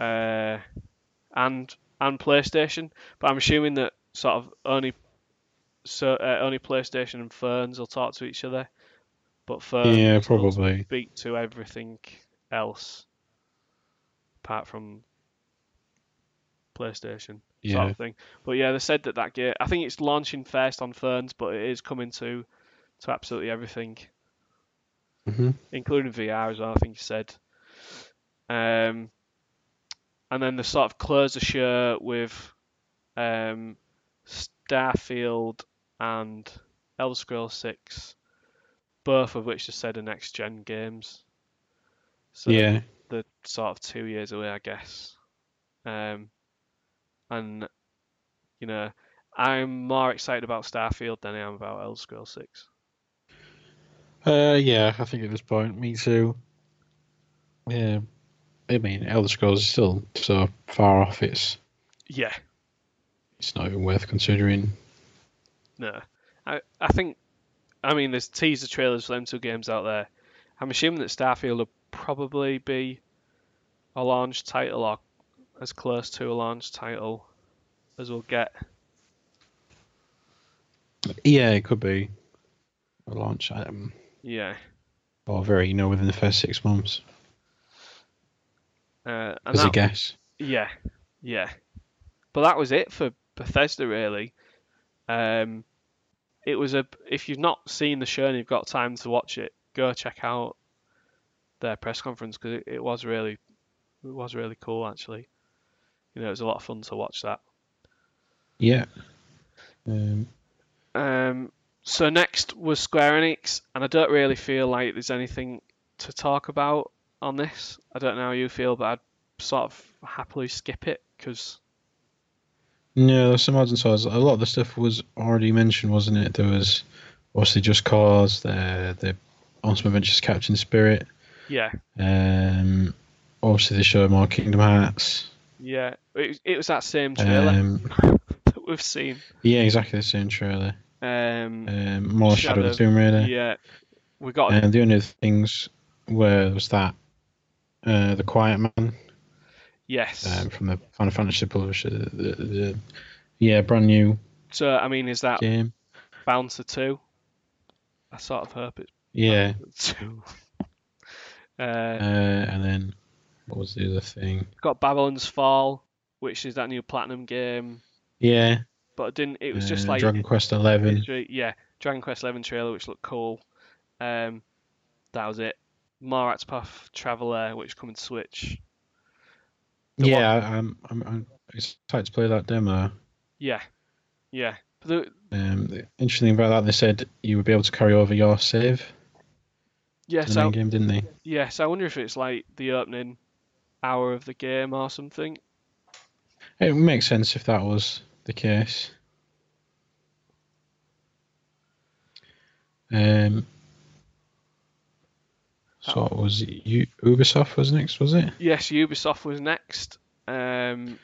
Speaker 2: uh, and and PlayStation. But I'm assuming that sort of only so uh, only PlayStation and phones will talk to each other, but phones
Speaker 3: yeah,
Speaker 2: will
Speaker 3: probably.
Speaker 2: speak to everything else apart from PlayStation sort
Speaker 3: Yeah,
Speaker 2: of thing. But yeah, they said that that gear. I think it's launching first on phones, but it is coming to to absolutely everything,
Speaker 3: hmm
Speaker 2: including VR as well. I think you said. Um, and then they sort of closed the show with um, Starfield and Elder Scrolls Six, both of which just said are next gen games. So
Speaker 3: yeah.
Speaker 2: the sort of two years away, I guess. Um, and you know, I'm more excited about Starfield than I am about Elder Scrolls Six.
Speaker 3: Uh, yeah, I think at this point, me too. Yeah, I mean, Elder Scrolls is still so far off. It's
Speaker 2: Yeah,
Speaker 3: it's not even worth considering.
Speaker 2: no, I I think, I mean, there's teaser trailers for them two games out there. I'm assuming that Starfield will probably be a launch title or as close to a launch title as we'll get.
Speaker 3: Yeah, it could be a launch item
Speaker 2: Yeah.
Speaker 3: or very, you know, within the first six months.
Speaker 2: Uh, and
Speaker 3: As a
Speaker 2: that-
Speaker 3: guess,
Speaker 2: Yeah, yeah. But that was it for Bethesda, really. Um, it was a. If you've not seen the show and you've got time to watch it, go check out their press conference because it, it was really, it was really cool actually. You know, it was a lot of fun to watch that.
Speaker 3: yeah. Um,
Speaker 2: Um, so next was Square Enix, and I don't really feel like there's anything to talk about on this. I don't know how you feel, but I'd sort of happily skip it because
Speaker 3: no, there's some odds and sods. A lot of the stuff was already mentioned, wasn't it? There was obviously Just Cause, the the Awesome Adventures Captain Spirit.
Speaker 2: yeah,
Speaker 3: Um, obviously, they show more Kingdom Hearts.
Speaker 2: Yeah, it was, it was that same trailer
Speaker 3: Um,
Speaker 2: that we've seen.
Speaker 3: yeah, exactly the same trailer.
Speaker 2: Um,
Speaker 3: Um, more Shadow, of the
Speaker 2: Shadow,
Speaker 3: Tomb Raider.
Speaker 2: yeah, we got
Speaker 3: And the only other things were was that uh, the Quiet Man
Speaker 2: yes.
Speaker 3: um, from the Final Fantasy publisher. The, the, the, yeah, brand new
Speaker 2: so I mean, is that
Speaker 3: game.
Speaker 2: Bouncer two? I sort of hope
Speaker 3: Yeah,
Speaker 2: it's two. Uh,
Speaker 3: uh, and then what was the other thing?
Speaker 2: got Babylon's Fall, which is that new platinum game,
Speaker 3: Yeah,
Speaker 2: but it didn't. It was just
Speaker 3: uh,
Speaker 2: like
Speaker 3: Dragon Quest Eleven.
Speaker 2: Dra- yeah, Dragon Quest Eleven trailer, which looked cool. Um, that was it. Marat's Path Traveler, which coming to Switch. the
Speaker 3: Yeah, I- I'm, I'm I'm excited to play that demo.
Speaker 2: Yeah, yeah. But the,
Speaker 3: Um, the interesting thing about that, they said you would be able to carry over your save
Speaker 2: yeah,
Speaker 3: to the
Speaker 2: so
Speaker 3: main game, didn't they?
Speaker 2: Yes, I wonder if it's like the opening hour of the game or something.
Speaker 3: It makes sense if that was the case. Um, so what was it U- Ubisoft was next, was it?
Speaker 2: Yes, Ubisoft was next. Um,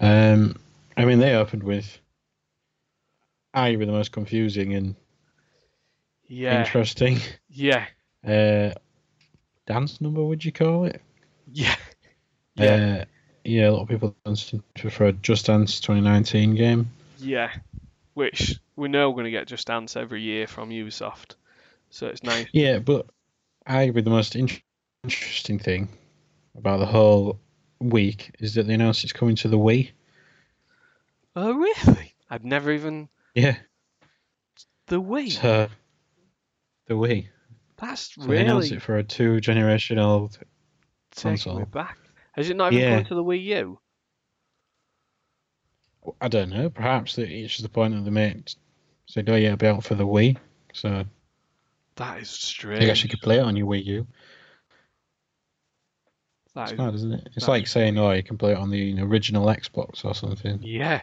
Speaker 3: Um, I mean, they opened with I were the most confusing and
Speaker 2: yeah,
Speaker 3: interesting
Speaker 2: yeah,
Speaker 3: uh, dance number. Would you call it?
Speaker 2: yeah, yeah,
Speaker 3: Uh, yeah, a lot of people dancing for a Just Dance 2019 game.
Speaker 2: yeah. Which we know we're going to get Just Dance every year from Ubisoft, so it's nice.
Speaker 3: Yeah, but arguably the most in- interesting thing about the whole week is that they announced it's coming to the Wii.
Speaker 2: Oh really? I've never even
Speaker 3: Yeah,
Speaker 2: the Wii.
Speaker 3: so the Wii.
Speaker 2: That's
Speaker 3: So They announced
Speaker 2: really
Speaker 3: it for a two generation old.
Speaker 2: taking me
Speaker 3: console.
Speaker 2: back. Has it not even
Speaker 3: Yeah.
Speaker 2: come to the Wii U?
Speaker 3: I don't know. Perhaps that it's just the point that they made. Said, "Oh yeah, it'll be out for the Wii." So
Speaker 2: That is
Speaker 3: you
Speaker 2: strange.
Speaker 3: actually could play it on your Wii U.
Speaker 2: That
Speaker 3: It's
Speaker 2: is-
Speaker 3: mad, isn't it? It's
Speaker 2: that-
Speaker 3: like saying, "Oh, you can play it on the original Xbox or something."
Speaker 2: yeah.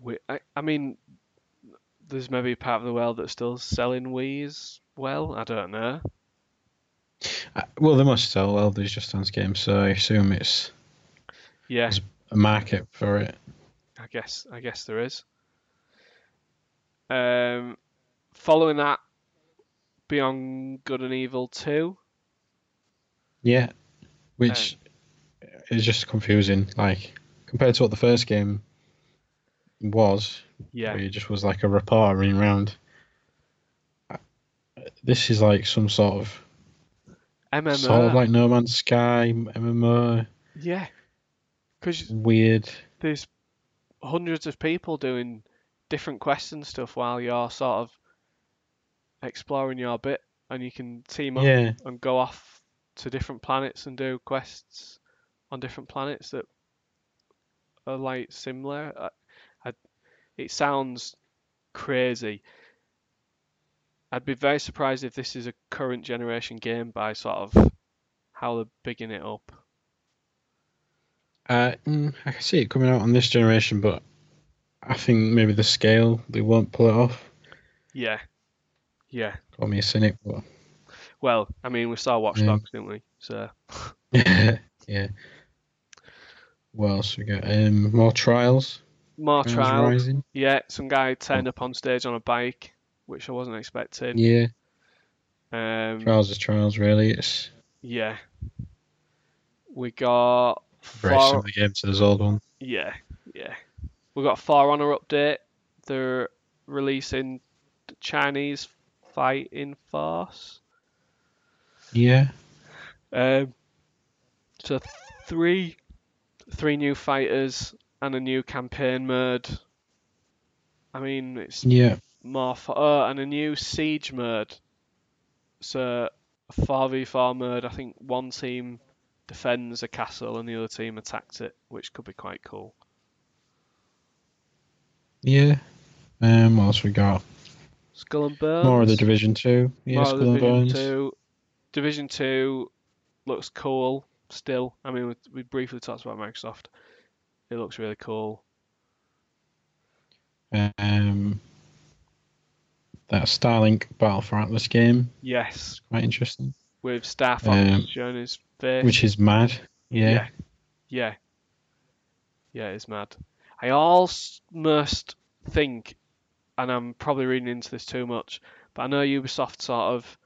Speaker 2: We, I, I mean, there's maybe a part of the world that's still selling Wii's. Well, I don't know.
Speaker 3: Uh, Well, they must sell well these Just Dance games, so I assume it's
Speaker 2: Yeah,
Speaker 3: It's- a market for it.
Speaker 2: I guess I guess there is. Um, following that, Beyond Good and Evil two.
Speaker 3: Yeah, which
Speaker 2: Uh,
Speaker 3: is just confusing. Like compared to what the first game was,
Speaker 2: Yeah,
Speaker 3: where it just was like a rapport running around. Uh, This is like some sort of
Speaker 2: MMO.
Speaker 3: sort of like No Man's Sky MMO
Speaker 2: yeah, because
Speaker 3: weird.
Speaker 2: there's hundreds of people doing different quests and stuff while you're sort of exploring your bit, and you can team up
Speaker 3: Yeah,
Speaker 2: and go off to different planets and do quests on different planets that are like similar. I, I, it sounds crazy. I'd be very surprised if this is a current generation game by sort of how they're bigging it up.
Speaker 3: uh, mm, I can see it coming out on this generation, but I think maybe the scale they won't pull it off.
Speaker 2: Yeah, yeah.
Speaker 3: Call me a cynic, but
Speaker 2: Well, I mean, we saw Watch
Speaker 3: Yeah.
Speaker 2: Dogs, didn't we? So
Speaker 3: yeah. What else we got? Um, more trials.
Speaker 2: more trials.
Speaker 3: Rising.
Speaker 2: Yeah, some guy turned up on stage on a bike, which I wasn't expecting.
Speaker 3: Yeah,
Speaker 2: Um,
Speaker 3: trials is trials. Really, it's
Speaker 2: Yeah. We got
Speaker 3: very
Speaker 2: four.
Speaker 3: similar game to this old one.
Speaker 2: Yeah, yeah. We got Far Honor update. They're releasing the Chinese Fighting Force.
Speaker 3: Yeah,
Speaker 2: Um, so three, three new fighters and a new campaign mode. I mean, it's
Speaker 3: yeah.
Speaker 2: more for oh, and a new siege mode. So four v four mode. I think one team defends a castle and the other team attacks it, which could be quite cool.
Speaker 3: Yeah. Um, what else we got?
Speaker 2: Skull and Bones.
Speaker 3: More of the Division Two. Yeah,
Speaker 2: Uh, More of the
Speaker 3: Skull and Bones.
Speaker 2: Division two. Division two looks cool still. I mean, we, we briefly talked about Microsoft. It looks really cool.
Speaker 3: Um, that Starlink Battle for Atlas game.
Speaker 2: Yes,
Speaker 3: Quite interesting.
Speaker 2: with staff on
Speaker 3: Um,
Speaker 2: showing his face.
Speaker 3: Which is mad. Yeah.
Speaker 2: Yeah. Yeah. Yeah, it's mad. I almost think, and I'm probably reading into this too much, but I know Ubisoft sort of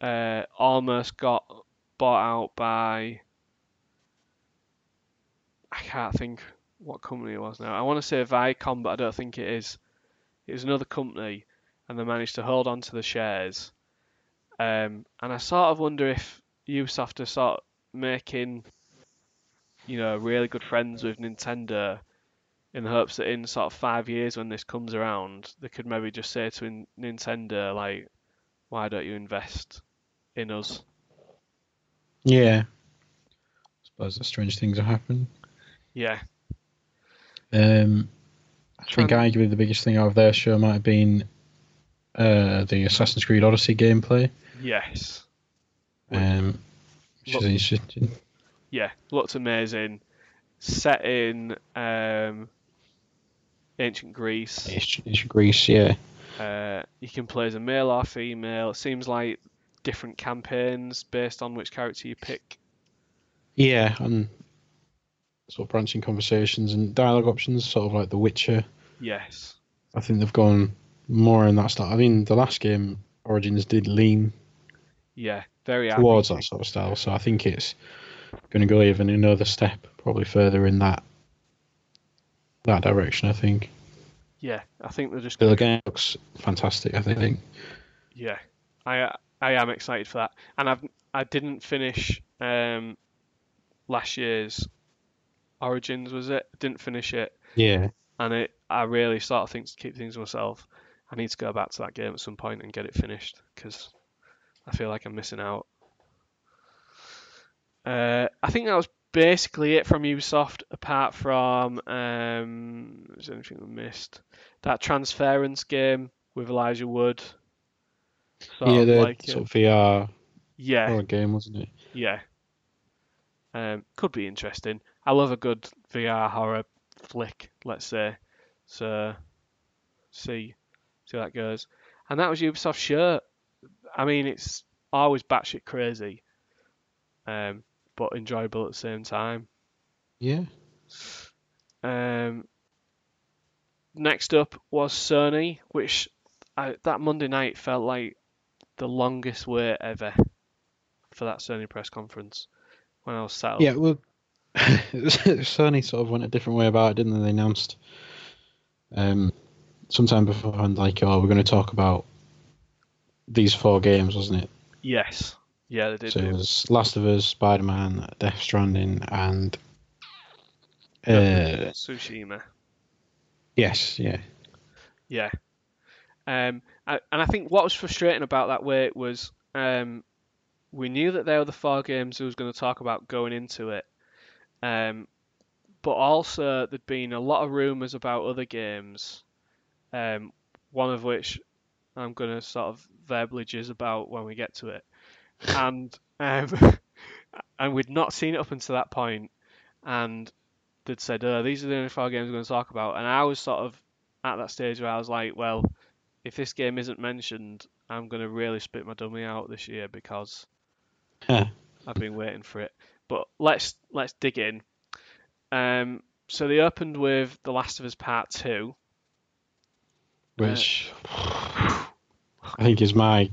Speaker 2: uh, almost got bought out by. I can't think what company it was now. I want to say Viacom, but I don't think it is. It was another company, and they managed to hold on to the shares. Um, and I sort of wonder if Ubisoft are sort of making, you know, really good friends with Nintendo in the hopes that in sort of five years when this comes around, they could maybe just say to N- Nintendo, like, why don't you invest in us?
Speaker 3: Yeah. suppose that strange things have happened.
Speaker 2: Yeah.
Speaker 3: Um, I think
Speaker 2: Tran-
Speaker 3: arguably the biggest thing out of their show might have been uh, the Assassin's Creed Odyssey gameplay,
Speaker 2: Yes.
Speaker 3: um, which
Speaker 2: Look-
Speaker 3: is interesting.
Speaker 2: yeah, looked amazing. Set in um, ancient Greece.
Speaker 3: It's, it's Greece, yeah.
Speaker 2: Uh, you can play as a male or female. It seems like different campaigns based on which character you pick.
Speaker 3: Yeah, and sort of branching conversations and dialogue options, sort of like The Witcher.
Speaker 2: Yes.
Speaker 3: I think they've gone more in that style. I mean, the last game, Origins, did lean
Speaker 2: Yeah. Very happy.
Speaker 3: towards that sort of style, so I think it's going to go even another step, probably further in that that direction. I think.
Speaker 2: Yeah. I think they're just
Speaker 3: But the game looks fantastic. I think.
Speaker 2: Yeah, I I am excited for that, and I've I didn't finish um last year's Origins was it? Didn't finish it,
Speaker 3: Yeah.
Speaker 2: and it I really sort of think to keep things to myself. I need to go back to that game at some point and get it finished because I feel like I'm missing out. Uh, I think that was basically it from Ubisoft, apart from um, is there anything we missed? That transference game with Elijah Wood. Sort
Speaker 3: yeah,
Speaker 2: of
Speaker 3: the
Speaker 2: like it.
Speaker 3: sort of VR
Speaker 2: Yeah,
Speaker 3: horror game, wasn't it?
Speaker 2: yeah. Um, could be interesting. I love a good VR horror flick, let's say. So, see, see how that goes. And that was Ubisoft shirt. I mean, it's always batshit crazy, um, but enjoyable at the same time.
Speaker 3: Yeah.
Speaker 2: Um, next up was Sony, which I, that Monday night felt like the longest wait ever for that Sony press conference when I was sat. up.
Speaker 3: Yeah. Well, Sony sort of went a different way about it, didn't they? They announced um, sometime beforehand, like, "Oh, we're going to talk about these four games," wasn't it?
Speaker 2: Yes. Yeah, they did.
Speaker 3: so it
Speaker 2: do.
Speaker 3: was Last of Us, Spider Man, Death Stranding, and uh,
Speaker 2: Tsushima.
Speaker 3: yes, yeah,
Speaker 2: Yeah. Um, I- and I think what was frustrating about that wait was um, we knew that they were the four games who was going to talk about going into it. Um, but also, there'd been a lot of rumours about other games, um, one of which I'm going to sort of verbally jizz about when we get to it. And um, and we'd not seen it up until that point, and they'd said, oh, these are the only four games we're going to talk about. And I was sort of at that stage where I was like, well, if this game isn't mentioned, I'm going to really spit my dummy out this year because
Speaker 3: Huh.
Speaker 2: I've been waiting for it. But let's let's dig in. Um, so they opened with The Last of Us Part Two.
Speaker 3: which I think is my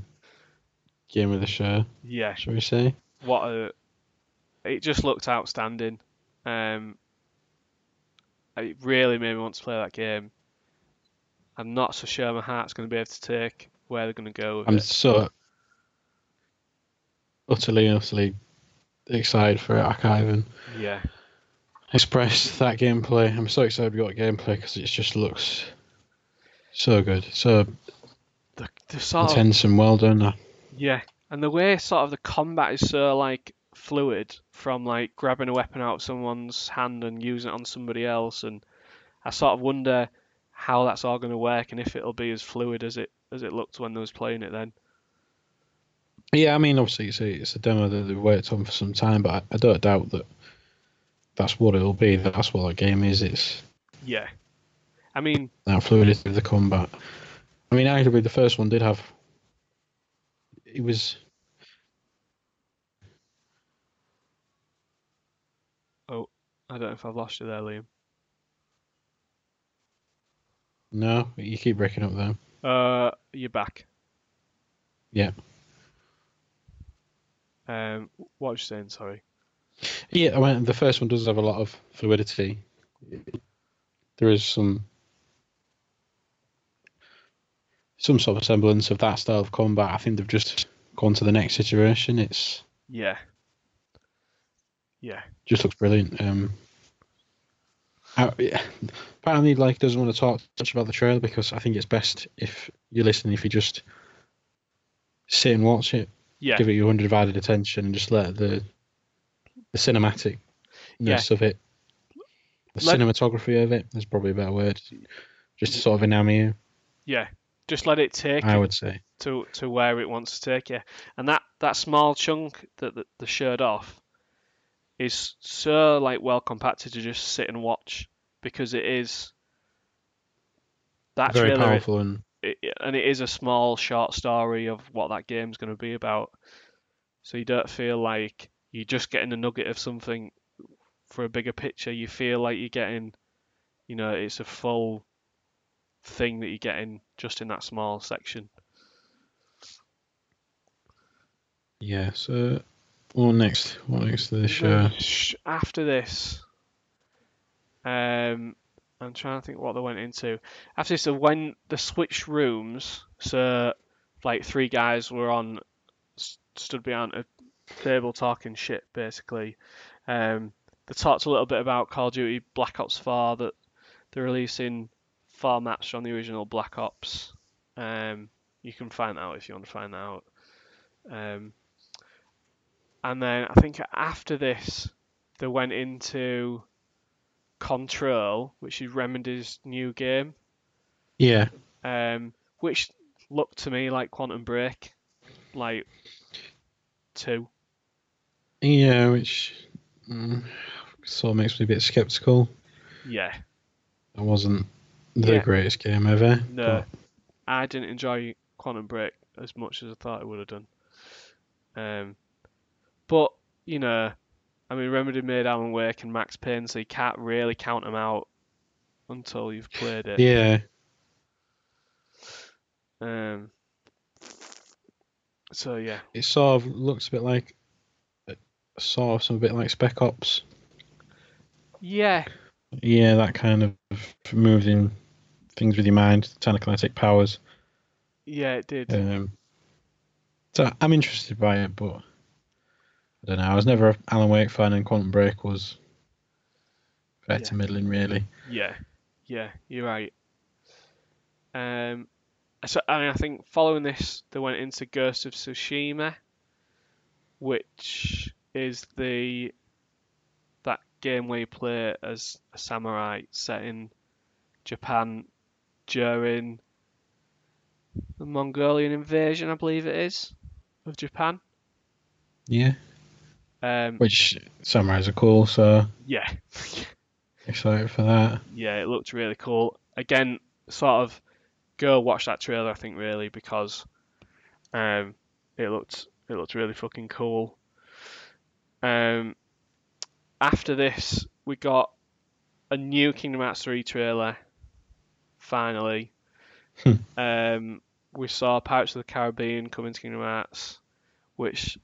Speaker 3: game of the show,
Speaker 2: Yeah,
Speaker 3: shall we say?
Speaker 2: what a! It just looked outstanding. Um, it really made me want to play that game. I'm not so sure my heart's going to be able to take where they're going to go with
Speaker 3: I'm
Speaker 2: it.
Speaker 3: so utterly, utterly excited for it. I can't even
Speaker 2: Yeah,
Speaker 3: express that gameplay. I'm so excited we got gameplay because it just looks so good, so
Speaker 2: the, the sort of
Speaker 3: intense and well done. I-
Speaker 2: Yeah, and the way sort of the combat is so like fluid from like grabbing a weapon out of someone's hand and using it on somebody else, and I sort of wonder how that's all going to work and if it'll be as fluid as it as it looked when they was playing it then.
Speaker 3: Yeah, I mean, obviously, it's a, it's a demo that they've worked on for some time, but I, I don't doubt that that's what it'll be. That's what that game is. It's
Speaker 2: Yeah, I mean,
Speaker 3: that fluidity of the combat. I mean, arguably, the first one did have. It was.
Speaker 2: I don't know if I've lost you there, Liam.
Speaker 3: No, you keep breaking up there.
Speaker 2: Uh, you're back.
Speaker 3: Yeah.
Speaker 2: Um, what was you saying? Sorry.
Speaker 3: Yeah, I mean, the first one does have a lot of fluidity. There is some. Some sort of semblance of that style of combat. I think they've just gone to the next iteration. It's
Speaker 2: Yeah. Yeah.
Speaker 3: just looks brilliant. Um, I, yeah, apparently, like doesn't want to talk much about the trailer because I think it's best if you're listening, if you just sit and watch it,
Speaker 2: Yeah.
Speaker 3: give it your undivided attention, and just let the the cinematicness of it, the
Speaker 2: Let-
Speaker 3: cinematography of it. There's probably a better word, just to sort of enamor you.
Speaker 2: Yeah. Just let it take
Speaker 3: I
Speaker 2: you.
Speaker 3: would say.
Speaker 2: to to where it wants to take you. And that that small chunk that that they showed off is so like well compacted to just sit and watch because it is that's
Speaker 3: Very
Speaker 2: really
Speaker 3: powerful and
Speaker 2: it, and it is a small short story of what that game's going to be about. So you don't feel like you're just getting a nugget of something for a bigger picture. You feel like you're getting, you know, it's a full thing that you're getting just in that small section.
Speaker 3: yeah. So, what next? What next to the show?
Speaker 2: Sh- After this, um, I'm trying to think what they went into. After this, so when they switched rooms, so like three guys were on, s- stood behind a table talking shit basically. Um, they talked a little bit about Call of Duty Black Ops 4 that they're releasing four maps from the original Black Ops. Um, you can find that out if you want to find that out. Um, and then I think after this, they went into Control, which is Remedy's new game,
Speaker 3: Yeah.
Speaker 2: um, which looked to me like Quantum Break, like two.
Speaker 3: Yeah, which mm, sort of makes me a bit skeptical.
Speaker 2: Yeah,
Speaker 3: It wasn't the
Speaker 2: Yeah.
Speaker 3: greatest game ever.
Speaker 2: no, I didn't enjoy Quantum Break as much as I thought it would have done. Um, but you know, I mean, Remedy made Alan Wake and Max Payne, so you can't really count them out until you've played it.
Speaker 3: but- yeah,
Speaker 2: Um. So yeah,
Speaker 3: it sort of looks a bit like sort of some bit like Spec Ops.
Speaker 2: yeah,
Speaker 3: Yeah, that kind of moving things with your mind, telekinetic powers.
Speaker 2: yeah, it did.
Speaker 3: Um, so I'm interested by it, but I don't know. I was never a Alan Wake fan, and Quantum Break was fair to
Speaker 2: Yeah. Hmm.
Speaker 3: middling, really.
Speaker 2: Yeah, yeah, you're right. Um, so I mean, I think following this, they went into Ghost of Tsushima, which is the that game where you play as a samurai set in Japan during the Mongolian invasion, I believe it is, of Japan.
Speaker 3: Yeah,
Speaker 2: Um,
Speaker 3: which samurais are cool, so
Speaker 2: yeah.
Speaker 3: excited for that.
Speaker 2: yeah, it looked really cool. Again, sort of go watch that trailer, I think, really, because um, it looked it looked really fucking cool. Um, after this, we got a new Kingdom Hearts 3 trailer. Finally, um, we saw Pirates of the Caribbean come into Kingdom Hearts, which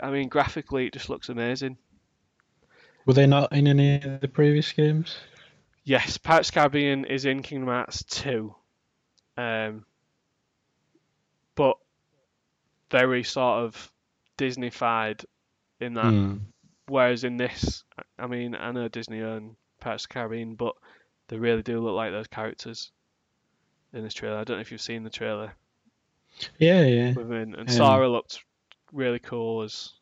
Speaker 2: I mean, graphically, it just looks amazing.
Speaker 3: Were they not in any of the previous games?
Speaker 2: Yes, Pirates of the Caribbean is in Kingdom Hearts 2. Um, but very sort of Disney-fied in that.
Speaker 3: Hmm.
Speaker 2: Whereas in this, I mean, I know Disney own Pirates of the Caribbean, but they really do look like those characters in this trailer. I don't know if you've seen the trailer.
Speaker 3: Yeah, yeah.
Speaker 2: with him, and
Speaker 3: Um,
Speaker 2: Sara looked really cool as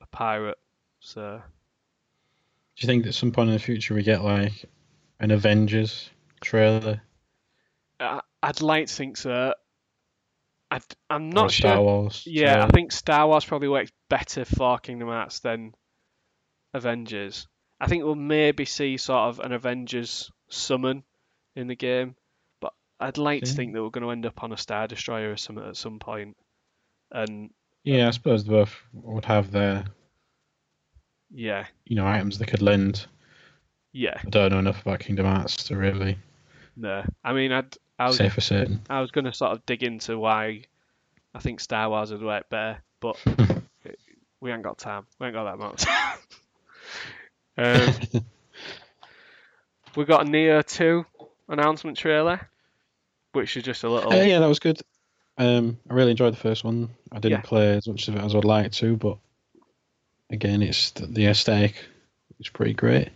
Speaker 2: a pirate. So
Speaker 3: Do you think at some point in the future we get like an Avengers trailer?
Speaker 2: I, I'd like to think so. i am
Speaker 3: or
Speaker 2: not
Speaker 3: a
Speaker 2: sure.
Speaker 3: Star Wars.
Speaker 2: Yeah, I
Speaker 3: trailer?
Speaker 2: think Star Wars probably works better for Kingdom Hearts than Avengers. I think we'll maybe see sort of an Avengers summon in the game, but I'd like to
Speaker 3: Okay.
Speaker 2: think that we're going to end up on a Star Destroyer or something at some point. And
Speaker 3: Yeah, I suppose they both would have their
Speaker 2: yeah,
Speaker 3: you know items they could lend.
Speaker 2: yeah,
Speaker 3: I don't know enough about Kingdom Hearts to really
Speaker 2: no. I mean, I'd, I was
Speaker 3: say for certain.
Speaker 2: I was going to sort of dig into why I think Star Wars would work better, but we ain't got time. We ain't got that much. um, we got a Neo 2 announcement trailer, which is just a little.
Speaker 3: Uh, yeah, that was good. Um, I really enjoyed the first one. I didn't
Speaker 2: Yeah.
Speaker 3: play as much of it as I'd like to, but again, it's the, the aesthetic is pretty great.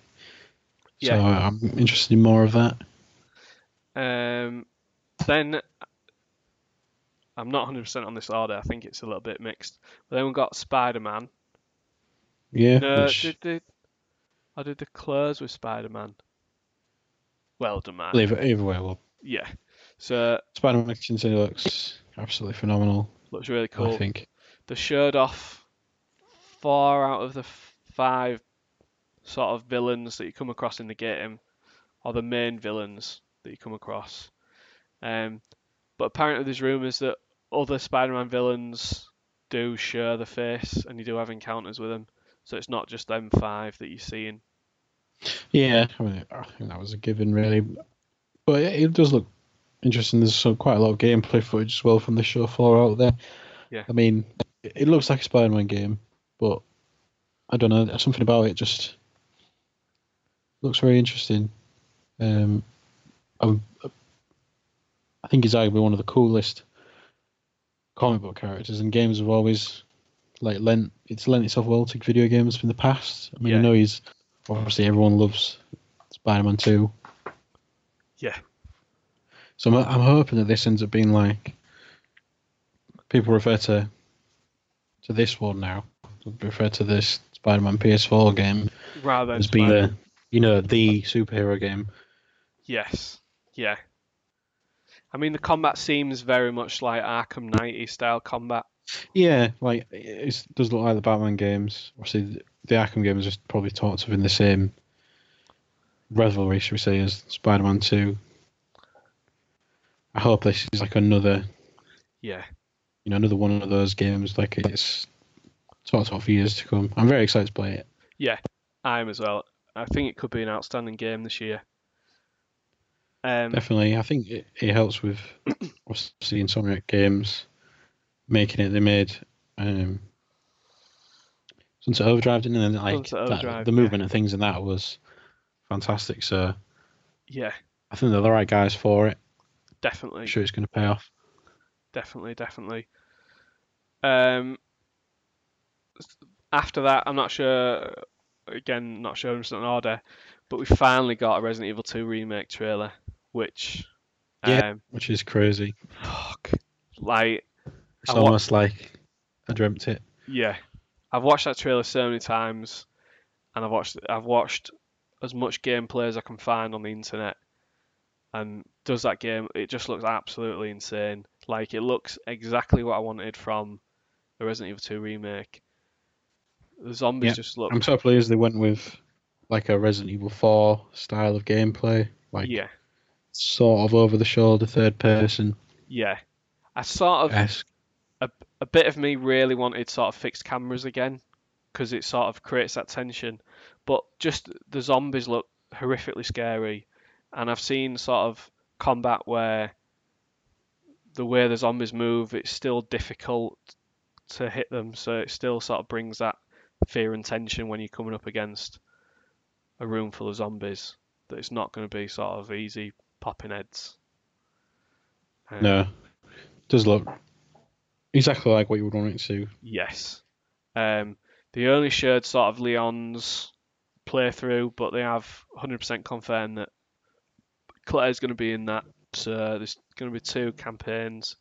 Speaker 3: So
Speaker 2: Yeah.
Speaker 3: I'm interested in more of that.
Speaker 2: Um, then I'm not 100% on this order. I think it's a little bit mixed. But then we got Spider Man.
Speaker 3: Yeah.
Speaker 2: No,
Speaker 3: which-
Speaker 2: uh, did they? I did the close with Spider Man. Well done, man.
Speaker 3: Either, either way, well,
Speaker 2: Yeah. So
Speaker 3: Spider Man Continue looks absolutely phenomenal,
Speaker 2: looks really cool.
Speaker 3: I think.
Speaker 2: They showed off four out of the f- five sort of villains that you come across in the game, or the main villains that you come across. Um, but apparently, there's rumours that other Spider-Man villains do share the face, and you do have encounters with them. So it's not just them five that you're seeing.
Speaker 3: Yeah, I mean, I think that was a given, really. But it, it does look interesting. There's some, quite a lot of gameplay footage as well from the show floor out there.
Speaker 2: Yeah.
Speaker 3: I mean, it, it looks like a Spider-Man game, but I don't know. Something about it just looks very interesting. Um, I, I think he's arguably one of the coolest comic book characters, and games have always like lent it's lent itself well to video games from the past. I mean,
Speaker 2: Yeah.
Speaker 3: I know he's obviously everyone loves Spider-Man Two,
Speaker 2: Yeah.
Speaker 3: so I'm, I'm hoping that this ends up being like people refer to to this one now, refer to this Spider-Man PS4 game
Speaker 2: Rather than
Speaker 3: as being
Speaker 2: Spider-
Speaker 3: the you know the superhero game.
Speaker 2: Yes. Yeah. I mean, the combat seems very much like Arkham Knight style combat.
Speaker 3: Yeah, like it's- it does look like the Batman games. Obviously, the- the Arkham games are probably taught of in the same revelry, should we say, as Spider-Man Two. I hope this is like another,
Speaker 2: Yeah.
Speaker 3: you know, another one of those games. Like it's taught of for years to come. I'm very excited to play it.
Speaker 2: I'm as well. I think it could be an outstanding game this year. Um,
Speaker 3: Definitely, I think it, it helps with obviously Insomniac Games making it. They made um, Sunset Overdrive, didn't they? And like
Speaker 2: Sunset
Speaker 3: that-
Speaker 2: Overdrive,
Speaker 3: the
Speaker 2: yeah.
Speaker 3: movement and things in that was fantastic. So
Speaker 2: yeah,
Speaker 3: I think they're the right guys for it.
Speaker 2: definitely,
Speaker 3: I'm sure it's going to pay off.
Speaker 2: definitely, definitely. Um, after that, I'm not sure. Again, not sure it's an order, but we finally got a Resident Evil 2 remake trailer, which,
Speaker 3: Yeah.
Speaker 2: um,
Speaker 3: Which is crazy.
Speaker 2: fuck, like
Speaker 3: It's
Speaker 2: And what-
Speaker 3: almost like I dreamt it.
Speaker 2: Yeah, I've watched that trailer so many times, and I've watched I've watched as much gameplay as I can find on the internet. And does that game? It just looks absolutely insane. Like it looks exactly what I wanted from the Resident Evil 2 remake. The zombies
Speaker 3: Yeah,
Speaker 2: just look,
Speaker 3: I'm so pleased they went with like a Resident Evil 4 style of gameplay, like
Speaker 2: yeah,
Speaker 3: sort of over the shoulder, third person
Speaker 2: yeah. I sort of
Speaker 3: esque.
Speaker 2: a bit of me really wanted sort of fixed cameras again because it sort of creates that tension. But just the zombies look horrifically scary, and I've seen sort of combat where the way the zombies move, it's still difficult to hit them, so it still sort of brings that fear and tension when you're coming up against a room full of zombies. That it's not going to be sort of easy popping heads. Um,
Speaker 3: No, does look exactly like what you would want it to.
Speaker 2: Yes. Um, they only shared sort of Leon's playthrough, but they have 100% confirmed that Claire's going to be in that. So there's going to be two campaigns.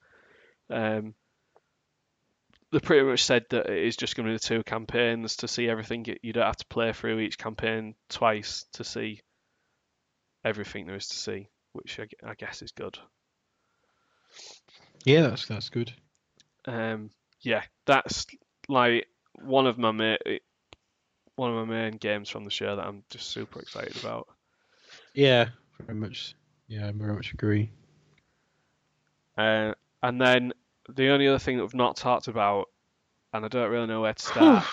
Speaker 2: Um, they pretty much said that it is just going to be the two campaigns to see everything. You don't have to play through each campaign twice to see everything there is to see, which I, gu- I guess is good.
Speaker 3: Yeah, that's that's good.
Speaker 2: um yeah that's like one of my ma- one of my main games from the show that I'm just super excited about
Speaker 3: Yeah, very much. Yeah, I very much agree.
Speaker 2: uh, and then the only other thing that we've not talked about and I don't really know where to start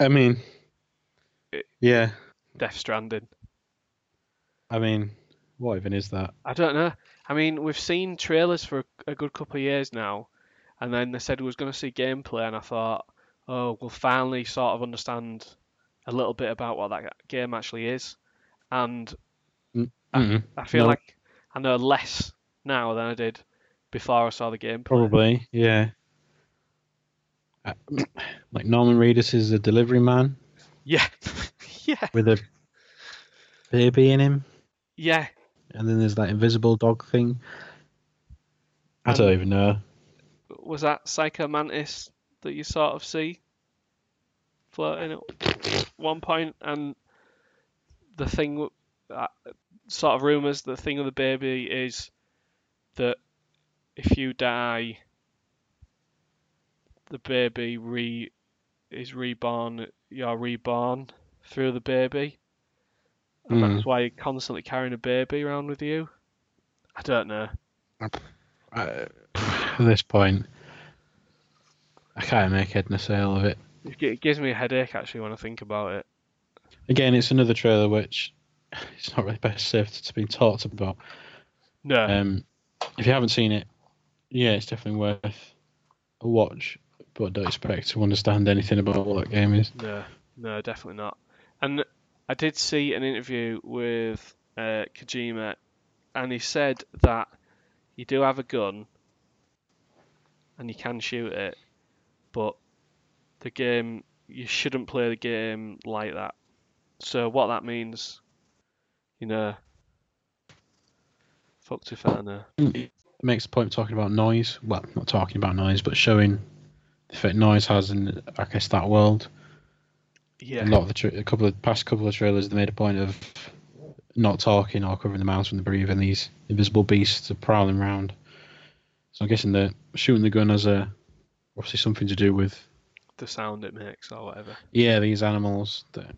Speaker 3: I mean,
Speaker 2: It-
Speaker 3: yeah,
Speaker 2: Death Stranding
Speaker 3: I mean, what even is that?
Speaker 2: I don't know I mean we've seen trailers for a good couple of years now and then they said we was going to see gameplay and I thought oh we'll finally sort of understand a little bit about what that game actually is and
Speaker 3: Mm-mm.
Speaker 2: I feel
Speaker 3: No.
Speaker 2: like I know less now than I did before I saw the game.
Speaker 3: Probably, yeah. Uh, Like Norman Reedus is a delivery man
Speaker 2: Yeah, yeah,
Speaker 3: with a baby in him,
Speaker 2: yeah.
Speaker 3: and then there's that invisible dog thing. I don't even know.
Speaker 2: Was that Psycho Mantis that you sort of see floating at one point, and the thing, w- uh, sort of rumors, the thing of the baby is that if you die, the baby re is reborn. You're reborn through the baby. And
Speaker 3: Hmm.
Speaker 2: that's why you're constantly carrying a baby around with you. I don't know.
Speaker 3: Uh, at this point, I can't make head nor sale of it.
Speaker 2: It gi- It gives me a headache actually when I think about it.
Speaker 3: Again, it's another trailer which it's not really best served to be talked about.
Speaker 2: No.
Speaker 3: Um, if you haven't seen it, yeah, it's definitely worth a watch, but don't expect to understand anything about what that game is.
Speaker 2: No, no, definitely not. And I did see an interview with uh, Kojima, and he said that you do have a gun and you can shoot it, but the game you shouldn't play the game like that. So what that means, you know, fucked if I know.
Speaker 3: Mm, It makes the point of talking about noise. Well, not talking about noise, but showing the effect noise has in, I guess, that world. A
Speaker 2: Yeah,
Speaker 3: lot of the tra- a couple of past couple of trailers, they made a point of not talking or covering the mouths when they're breathing. These invisible beasts are prowling around. So I'm guessing that shooting the gun has a obviously something to do with
Speaker 2: the sound it makes or whatever.
Speaker 3: yeah these animals. That...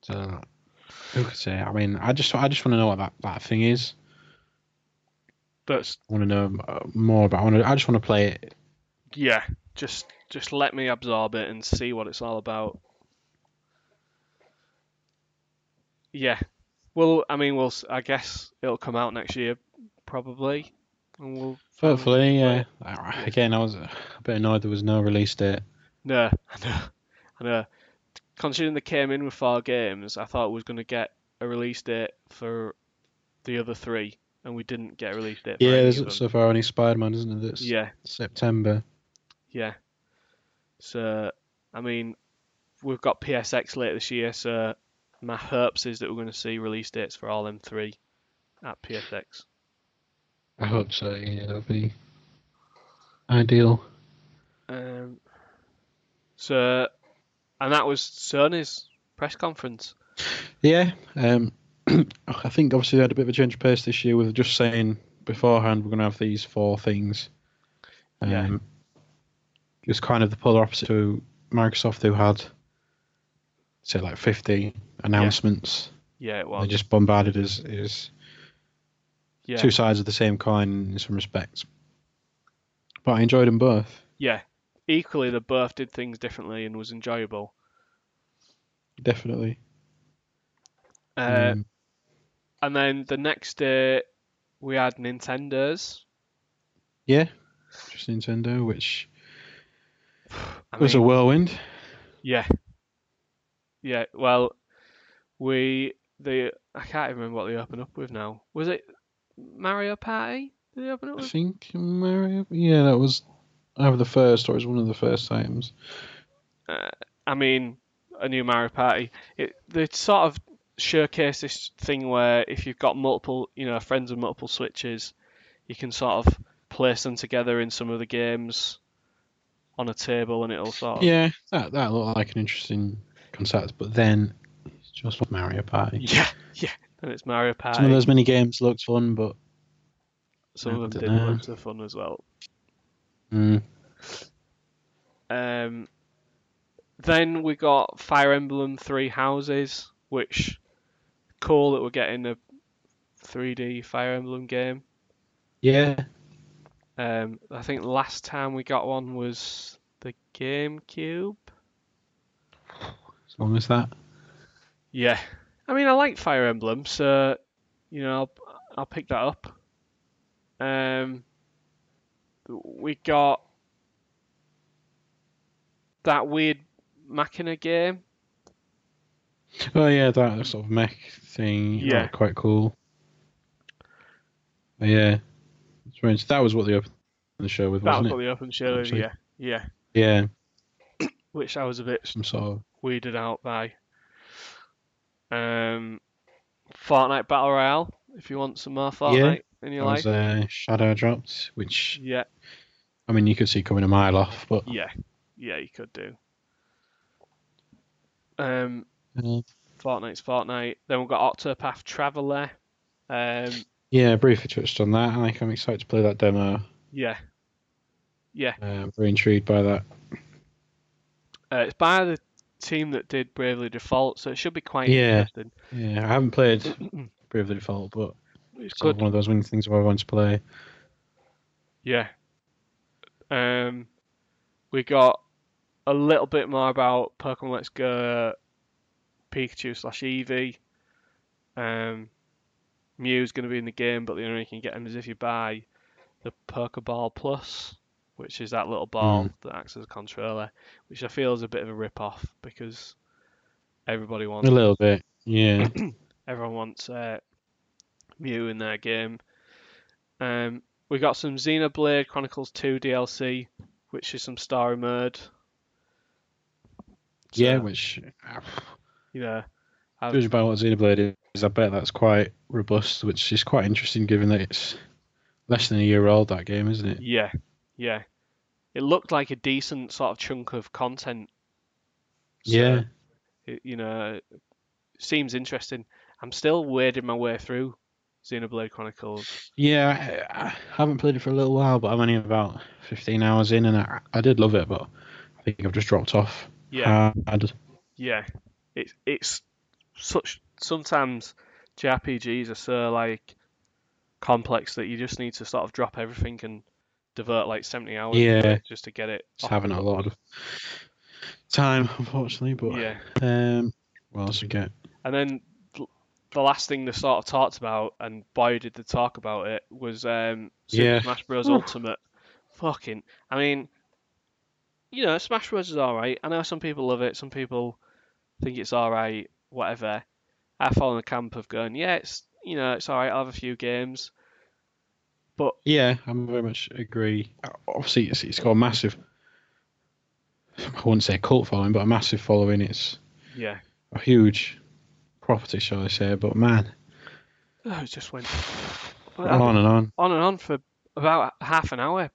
Speaker 3: So who could say? I mean, I just I just want to know what that, that thing is.
Speaker 2: But
Speaker 3: I want to know uh, more about. I, wanna, I just want to play it
Speaker 2: yeah, just just let me absorb it and see what it's all about. Yeah, well, I mean, we'll. s- I guess it'll come out next year, probably, and we'll.
Speaker 3: Hopefully, yeah. I- Again, I was a bit annoyed there was no release date.
Speaker 2: No, I know, I know. Considering they came in with four games, I thought we was going to get a release date for the other three, and we didn't get a release date. For
Speaker 3: Yeah,
Speaker 2: any
Speaker 3: there's
Speaker 2: of them.
Speaker 3: so far only Spider Man, isn't there? That's
Speaker 2: yeah,
Speaker 3: September.
Speaker 2: yeah. So, I mean, we've got PSX later this year, so my hopes is that we're going to see release dates for all them three at PSX.
Speaker 3: I hope so. Yeah, that'll be ideal.
Speaker 2: Um, so, and that was Sony's press conference.
Speaker 3: Yeah, um, I think obviously they had a bit of a change of pace this year with just saying beforehand we're going to have these four things. Um,
Speaker 2: Yeah.
Speaker 3: It's kind of the polar opposite to Microsoft, who had say like fifty announcements.
Speaker 2: Yeah, it
Speaker 3: They
Speaker 2: was.
Speaker 3: just bombarded us. Is
Speaker 2: Yeah,
Speaker 3: two sides of the same coin in some respects. But I enjoyed them both.
Speaker 2: yeah. Equally, they both did things differently and was enjoyable.
Speaker 3: Definitely.
Speaker 2: Uh,
Speaker 3: Um,
Speaker 2: And then the next day, we had Nintendo's.
Speaker 3: yeah. Just Nintendo, which
Speaker 2: I
Speaker 3: was a
Speaker 2: mean-
Speaker 3: whirlwind.
Speaker 2: Yeah. Yeah. Well, we the I can't even remember what they opened up with now. Was it Mario Party? Did they open up
Speaker 3: I
Speaker 2: with?
Speaker 3: think Mario. Yeah, that was either the first or it was one of the first times.
Speaker 2: I mean, a new Mario Party. It they sort of showcase this thing where if you've got multiple, you know, friends with multiple switches, you can sort of place them together in some of the games on a table, and it'll sort of
Speaker 3: Yeah, that that looked like an interesting concept, but then it's just Mario Party.
Speaker 2: yeah, yeah. And it's Mario Party.
Speaker 3: Some of those mini games looked fun, but
Speaker 2: Some of them
Speaker 3: I
Speaker 2: did
Speaker 3: don't know.
Speaker 2: loads of fun as well.
Speaker 3: mm,
Speaker 2: Um, then we got Fire Emblem Three Houses, which cool that we're getting a 3D Fire Emblem game.
Speaker 3: yeah,
Speaker 2: Um, I think last time we got one was the GameCube.
Speaker 3: as long as that.
Speaker 2: Yeah, I mean I like Fire Emblem, so you know I'll I'll pick that up. Um, we got that weird Machina game.
Speaker 3: Oh yeah, that sort of mech thing. Yeah,
Speaker 2: Yeah.
Speaker 3: quite cool. But yeah, it's strange. That was what they opened the show with,
Speaker 2: That
Speaker 3: wasn't
Speaker 2: was
Speaker 3: it?
Speaker 2: what the open show is,
Speaker 3: Actually.
Speaker 2: yeah. Yeah.
Speaker 3: Yeah,
Speaker 2: Which I was a bit
Speaker 3: some sort of.
Speaker 2: weirded out by. Um Fortnite Battle Royale, if you want some more Fortnite in
Speaker 3: That
Speaker 2: your life.
Speaker 3: was uh, Shadow dropped, which
Speaker 2: Yeah,
Speaker 3: I mean you could see coming a mile off, but
Speaker 2: yeah. Yeah, you could do. Um
Speaker 3: uh,
Speaker 2: Fortnite's Fortnite. Then we've got Octopath Traveler. Um
Speaker 3: yeah, briefly touched on that. I think I'm excited to play that demo.
Speaker 2: yeah. Yeah.
Speaker 3: Uh, I'm very intrigued by that.
Speaker 2: Uh, it's by the team that did Bravely Default, so it should be quite
Speaker 3: Yeah.
Speaker 2: interesting.
Speaker 3: Yeah, I haven't played Bravely Default, but
Speaker 2: It's
Speaker 3: it's sort of
Speaker 2: good.
Speaker 3: one of those winning things where I want to play.
Speaker 2: Yeah. Um, we got a little bit more about Pokemon Let's Go, Pikachu slash Eevee. Um, Mew's going to be in the game, but the only way you can get him is if you buy the Pokeball Plus, which is that little
Speaker 3: Hmm.
Speaker 2: ball that acts as a controller, which I feel is a bit of a rip off because everybody wants
Speaker 3: A little bit. Yeah.
Speaker 2: everyone wants uh, Mew in their game. Um, we got some Xenoblade Chronicles 2 DLC, which is some story mode. So, Um,
Speaker 3: yeah, which uh,
Speaker 2: you know, I've-
Speaker 3: judging by what Xenoblade is, I bet that's quite robust, which is quite interesting given that it's less than a year old that game, isn't it?
Speaker 2: yeah, yeah. It looked like a decent sort of chunk of content. So,
Speaker 3: yeah.
Speaker 2: it, you know, seems interesting. I'm still wading my way through Xenoblade Chronicles.
Speaker 3: Yeah, I, I haven't played it for a little while, but I'm only about 15 hours in, and I, I did love it, but I think I've just dropped off.
Speaker 2: Yeah.
Speaker 3: hard.
Speaker 2: Yeah, it's it's such sometimes JRPGs are so like complex that you just need to sort of drop everything and divert like seventy hours into
Speaker 3: Yeah.
Speaker 2: it just to get it.
Speaker 3: Just
Speaker 2: off
Speaker 3: haven't
Speaker 2: the
Speaker 3: had a
Speaker 2: book.
Speaker 3: lot of time, unfortunately. But
Speaker 2: Yeah,
Speaker 3: um, what else we get?
Speaker 2: and then th- the last thing they sort of talked about, and boy did they talk about it, was um, Super
Speaker 3: Yeah.
Speaker 2: Smash Bros.
Speaker 3: Oh.
Speaker 2: Ultimate. Fucking, I mean, you know, Smash Bros. is alright. I know some people love it, some people think it's alright, whatever. I fall in the camp of going, yeah, it's you know, it's alright. I'll have a few games.
Speaker 3: Yeah, I'm very much agree. Obviously, it's, it's got a massive. I wouldn't say cult following, but a massive following. It's
Speaker 2: Yeah,
Speaker 3: a huge property, shall I say? But man,
Speaker 2: oh, it just went
Speaker 3: on and on.
Speaker 2: on and on for about half an hour.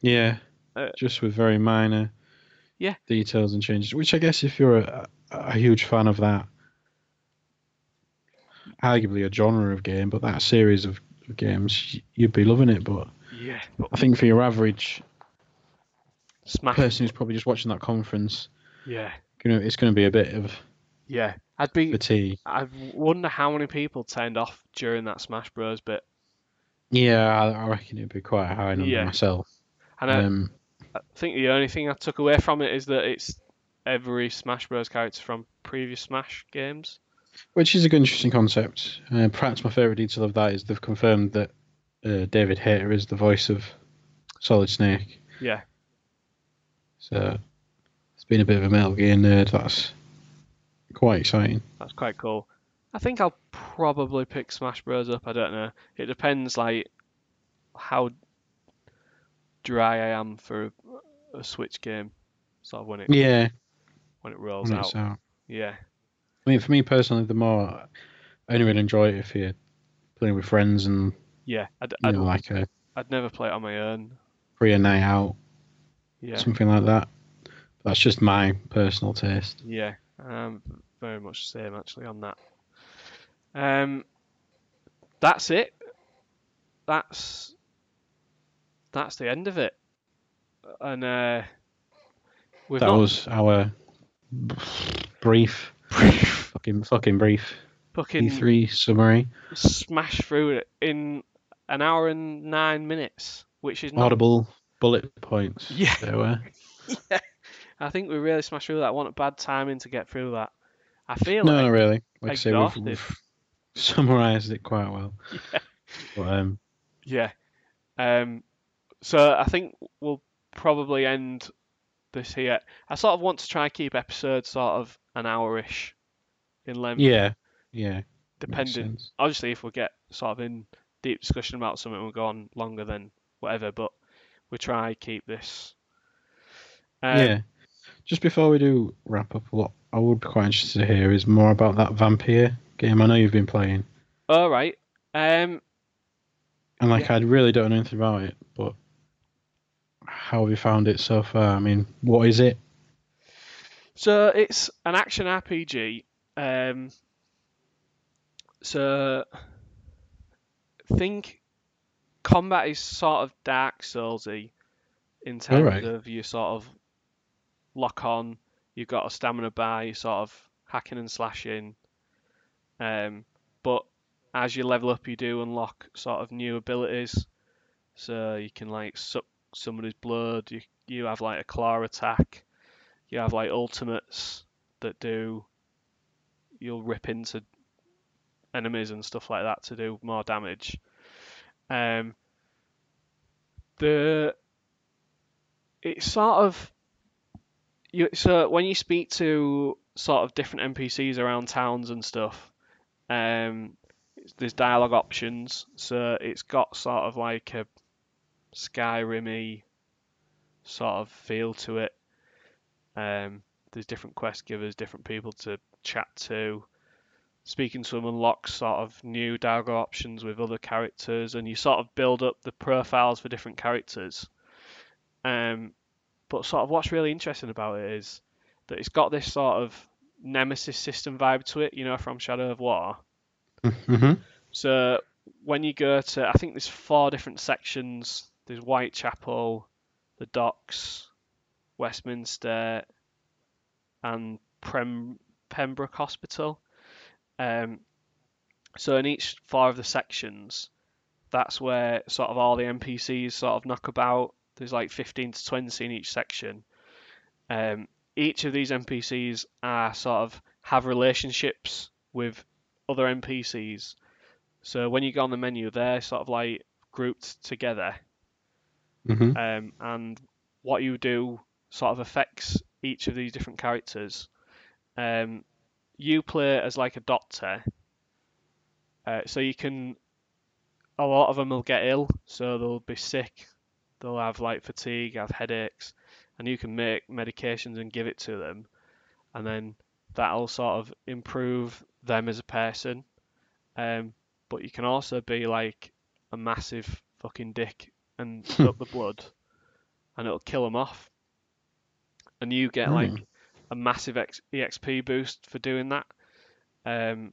Speaker 3: Yeah,
Speaker 2: Uh,
Speaker 3: just with very minor
Speaker 2: Yeah.
Speaker 3: details and changes. Which I guess, if you're a, a a huge fan of that, arguably a genre of game, but that series of, of games, y- you'd be loving it. But
Speaker 2: Yeah, but
Speaker 3: I think for your average
Speaker 2: Smash.
Speaker 3: person who's probably just watching that conference,
Speaker 2: Yeah,
Speaker 3: you know, it's going to be a bit of
Speaker 2: yeah. I'd be
Speaker 3: fatigue.
Speaker 2: I wonder how many people turned off during that Smash Bros. bit.
Speaker 3: Yeah, I, I reckon it'd be quite a high number
Speaker 2: Yeah. Uh,
Speaker 3: myself.
Speaker 2: And I,
Speaker 3: Um,
Speaker 2: I think the only thing I took away from it is that it's every Smash Bros. character from previous Smash games.
Speaker 3: which is a good, interesting concept. Uh, perhaps my favourite detail of that is they've confirmed that uh, David Hayter is the voice of Solid Snake.
Speaker 2: Yeah.
Speaker 3: So it's been a bit of a Metal Gear nerd. That's quite exciting.
Speaker 2: That's quite cool. I think I'll probably pick Smash Bros. up. I don't know. It depends, like, how dry I am for a, a Switch game, sort of when it
Speaker 3: Yeah,
Speaker 2: when it rolls
Speaker 3: when
Speaker 2: out.
Speaker 3: it's out.
Speaker 2: Yeah,
Speaker 3: I mean, for me personally, the more I only really enjoy it if you're playing with friends and
Speaker 2: yeah. I'd,
Speaker 3: you
Speaker 2: I'd,
Speaker 3: know, like uh, a
Speaker 2: I'd never play it on my own.
Speaker 3: free a night out,
Speaker 2: Yeah.
Speaker 3: something like that. That's just my personal taste.
Speaker 2: Yeah, um, very much the same actually on that. Um, that's it. That's that's the end of it. And uh, we've
Speaker 3: that
Speaker 2: not
Speaker 3: was our brief, fucking fucking brief
Speaker 2: fucking
Speaker 3: E3 summary.
Speaker 2: smashed through it in an hour and nine minutes, which is not.
Speaker 3: Audible bullet points.
Speaker 2: Yeah.
Speaker 3: There were.
Speaker 2: I think we really smashed through that. What a bad timing to get through that. I feel
Speaker 3: No,
Speaker 2: like
Speaker 3: not really. Like I say, we've,
Speaker 2: exhausted.
Speaker 3: we've summarised it quite well. But, um,
Speaker 2: Yeah. Um, so I think we'll probably end this here. I sort of want to try and keep episodes sort of an hour-ish in length,
Speaker 3: yeah, yeah. makes
Speaker 2: depending.
Speaker 3: sense.
Speaker 2: Obviously, if we get sort of in deep discussion about something, we'll go on longer than whatever. But we try and keep this. Um,
Speaker 3: yeah. Just before we do wrap up, what I would be quite interested to hear is more about that vampire game. I know you've been playing,
Speaker 2: All right. Um,
Speaker 3: and like I really don't know anything about it, but how have you found it so far? I mean, what is it?
Speaker 2: So it's an action RPG. Um, so think combat is sort of Dark Soulsy in terms
Speaker 3: Alright.
Speaker 2: of you sort of lock on You've got a stamina bar. You're sort of hacking and slashing. Um, but as you level up, you do unlock sort of new abilities. So you can like suck somebody's blood. You you have like a claw attack. You have like ultimates that do. You'll rip into enemies and stuff like that to do more damage. Um, the it's sort of you so when you speak to sort of different NPCs around towns and stuff, um, it's- there's dialogue options. So it's got sort of like a Skyrim-y sort of feel to it. Um, there's different quest givers, different people to chat to. Speaking to them unlocks sort of new dialogue options with other characters, and you sort of build up the profiles for different characters. Um, but sort of what's really interesting about it is that it's got this sort of nemesis system vibe to it, you know, from Shadow of War.
Speaker 3: Mm-hmm.
Speaker 2: So when you go to, I think there's four different sections. There's Whitechapel, the Docks, Westminster, and Prem- Pembroke Hospital. Um, so in each four of the sections, that's where sort of all the NPCs sort of knock about. There's like 15 to 20 in each section. Um, each of these NPCs are sort of have relationships with other NPCs. So when you go on the menu, they're sort of like grouped together,
Speaker 3: Mm-hmm.
Speaker 2: um, and what you do sort of affects each of these different characters. Um, you play as like a doctor, uh, so you can. A lot of them will get ill, so they'll be sick, they'll have like fatigue, have headaches, and you can make medications and give it to them, and then that'll sort of improve them as a person. Um, but you can also be like a massive fucking dick and suck the blood, and it'll kill them off. And you get like a massive ex- EXP boost for doing that. Um,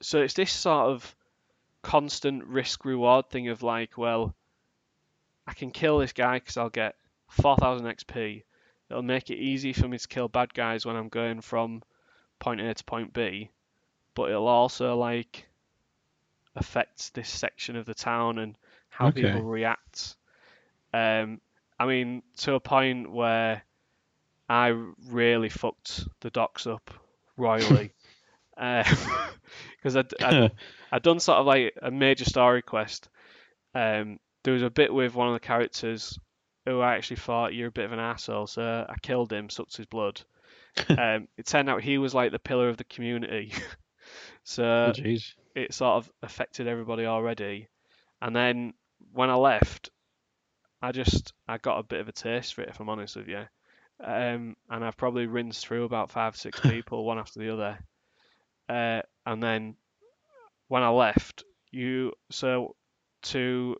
Speaker 2: so it's this sort of constant risk reward thing of like, well, I can kill this guy because I'll get 4,000 XP. It'll make it easy for me to kill bad guys when I'm going from point A to point B, but it'll also like affect this section of the town and how
Speaker 3: Okay.
Speaker 2: people react. Um, I mean, to a point where I really fucked the docks up royally. Um, Because I'd, I'd, I'd done sort of like a major story quest. Um, there was a bit with one of the characters who I actually thought you're a bit of an asshole, so I killed him, sucked his blood. um, it turned out he was like the pillar of the community, so
Speaker 3: Oh, Jeez.
Speaker 2: it sort of affected everybody already. And then when I left, I just I got a bit of a taste for it, if I'm honest with you. Um, and I've probably rinsed through about five, six people, one after the other. Uh, and then when I left, you so to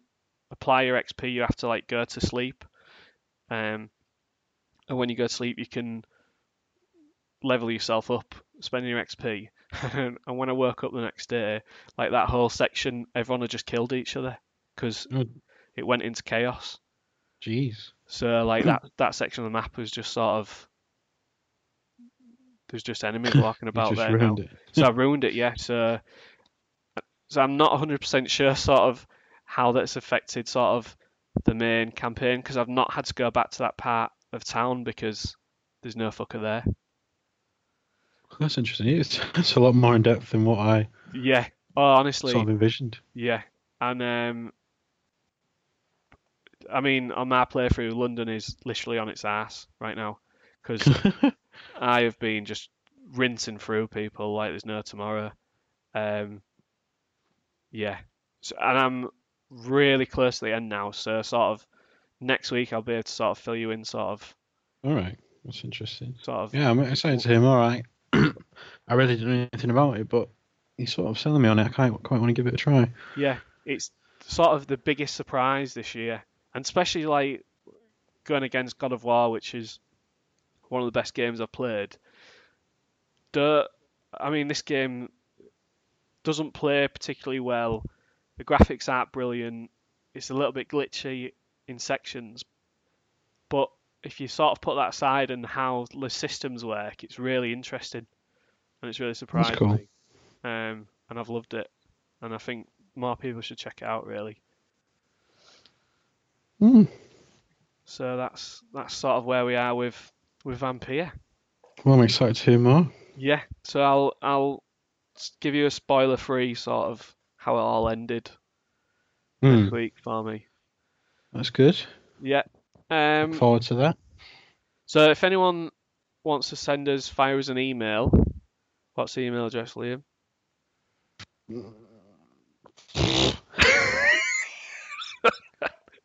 Speaker 2: apply your XP, you have to like go to sleep. Um, and when you go to sleep, you can level yourself up, spending your XP. and when I woke up the next day, like that whole section, everyone had just killed each other because
Speaker 3: Oh.
Speaker 2: it went into chaos.
Speaker 3: Jeez.
Speaker 2: So like that that section of the map was just sort of there's just enemies walking
Speaker 3: You
Speaker 2: about
Speaker 3: just
Speaker 2: there. now
Speaker 3: ruined it.
Speaker 2: so I ruined it, yeah. So, so I'm not 100% sure, sort of, how that's affected, sort of, the main campaign because I've not had to go back to that part of town because there's no fucker there.
Speaker 3: That's interesting. It's, it's a lot more in depth than what I
Speaker 2: Yeah. Oh, honestly,
Speaker 3: sort of envisioned.
Speaker 2: yeah. And um, I mean, on my playthrough, London is literally on its ass right now because I have been just rinsing through people like there's no tomorrow. Um, yeah, so, and I'm really close to the end now. So sort of next week I'll be able to sort of fill you in, sort of,
Speaker 3: All right. That's interesting.
Speaker 2: sort of.
Speaker 3: Yeah, I'm excited to hear more. I, I really didn't know anything about it, but he's sort of selling me on it. I quite, quite want to give it a try.
Speaker 2: Yeah, it's sort of the biggest surprise this year, and especially like going against God of War, which is one of the best games I've played. Don't, I mean, this game doesn't play particularly well. The graphics aren't brilliant. It's a little bit glitchy in sections, but if you sort of put that aside and how the systems work, it's really interesting, and it's really surprising.
Speaker 3: cool.
Speaker 2: Um, and I've loved it, and I think more people should check it out. Really.
Speaker 3: Hmm.
Speaker 2: So that's that's sort of where we are with with Vampire.
Speaker 3: Well, I'm excited to hear more.
Speaker 2: Yeah. So I'll I'll s- give you a spoiler free sort of how it all ended
Speaker 3: Hmm.
Speaker 2: this week for me.
Speaker 3: That's good.
Speaker 2: Yeah.
Speaker 3: Look
Speaker 2: Um.
Speaker 3: forward to that.
Speaker 2: So if anyone wants to send us fire us an email, what's the email address, Liam?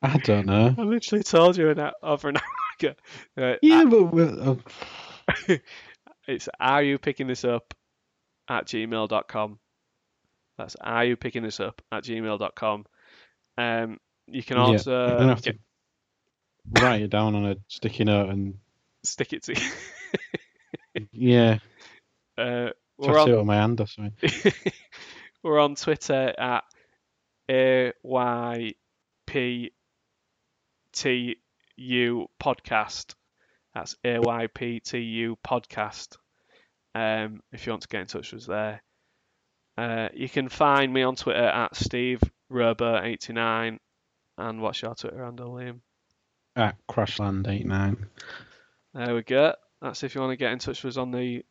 Speaker 3: I don't know.
Speaker 2: I literally told you an hour, over an hour ago. Uh,
Speaker 3: Yeah, but we'll, oh,
Speaker 2: It's are you picking this up at gmail.com. That's are you picking this up at gmail.com. Um, you can
Speaker 3: Yeah,
Speaker 2: also
Speaker 3: I'm gonna have to write it down on a sticky note and
Speaker 2: stick it to
Speaker 3: yeah,
Speaker 2: uh, we're,
Speaker 3: tattoo
Speaker 2: on,
Speaker 3: it on my hand or something.
Speaker 2: we're on Twitter at AYPTU podcast. That's AYPTU podcast. Um, if you want to get in touch with us there, uh, you can find me on Twitter at Steve 89 And what's your Twitter handle, Liam?
Speaker 3: At Crashland89.
Speaker 2: There we go. That's if you want to get in touch with us on the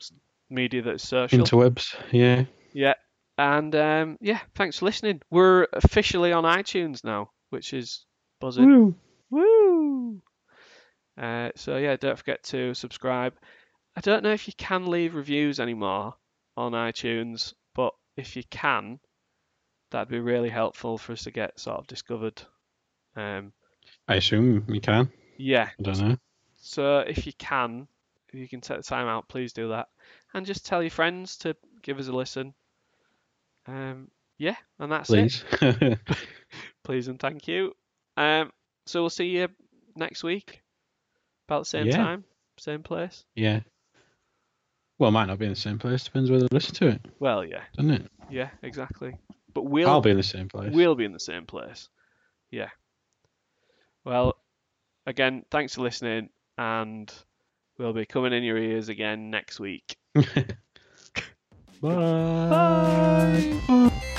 Speaker 2: s- media that's social.
Speaker 3: Interwebs, yeah.
Speaker 2: And um, yeah, thanks for listening. We're officially on iTunes now, which is buzzing.
Speaker 3: Woo.
Speaker 2: Woo! Uh, so yeah, don't forget to subscribe. I don't know if you can leave reviews anymore on iTunes, but if you can, that'd be really helpful for us to get sort of discovered. Um,
Speaker 3: I assume you can.
Speaker 2: yeah,
Speaker 3: I don't know.
Speaker 2: so if you can, if you can take the time out, please do that, and just tell your friends to give us a listen. Um, yeah, and that's it.
Speaker 3: Please.
Speaker 2: please and thank you. Um, so we'll see you next week, about the same
Speaker 3: Yeah.
Speaker 2: time, same place.
Speaker 3: yeah. Well, it might not be in the same place. Depends where they listen to it,
Speaker 2: Well, yeah,
Speaker 3: doesn't it?
Speaker 2: yeah, exactly. But we'll
Speaker 3: I'll be in the same place.
Speaker 2: we'll be in the same place. Yeah. Well, again, thanks for listening, and we'll be coming in your ears again next week.
Speaker 3: Bye. Bye.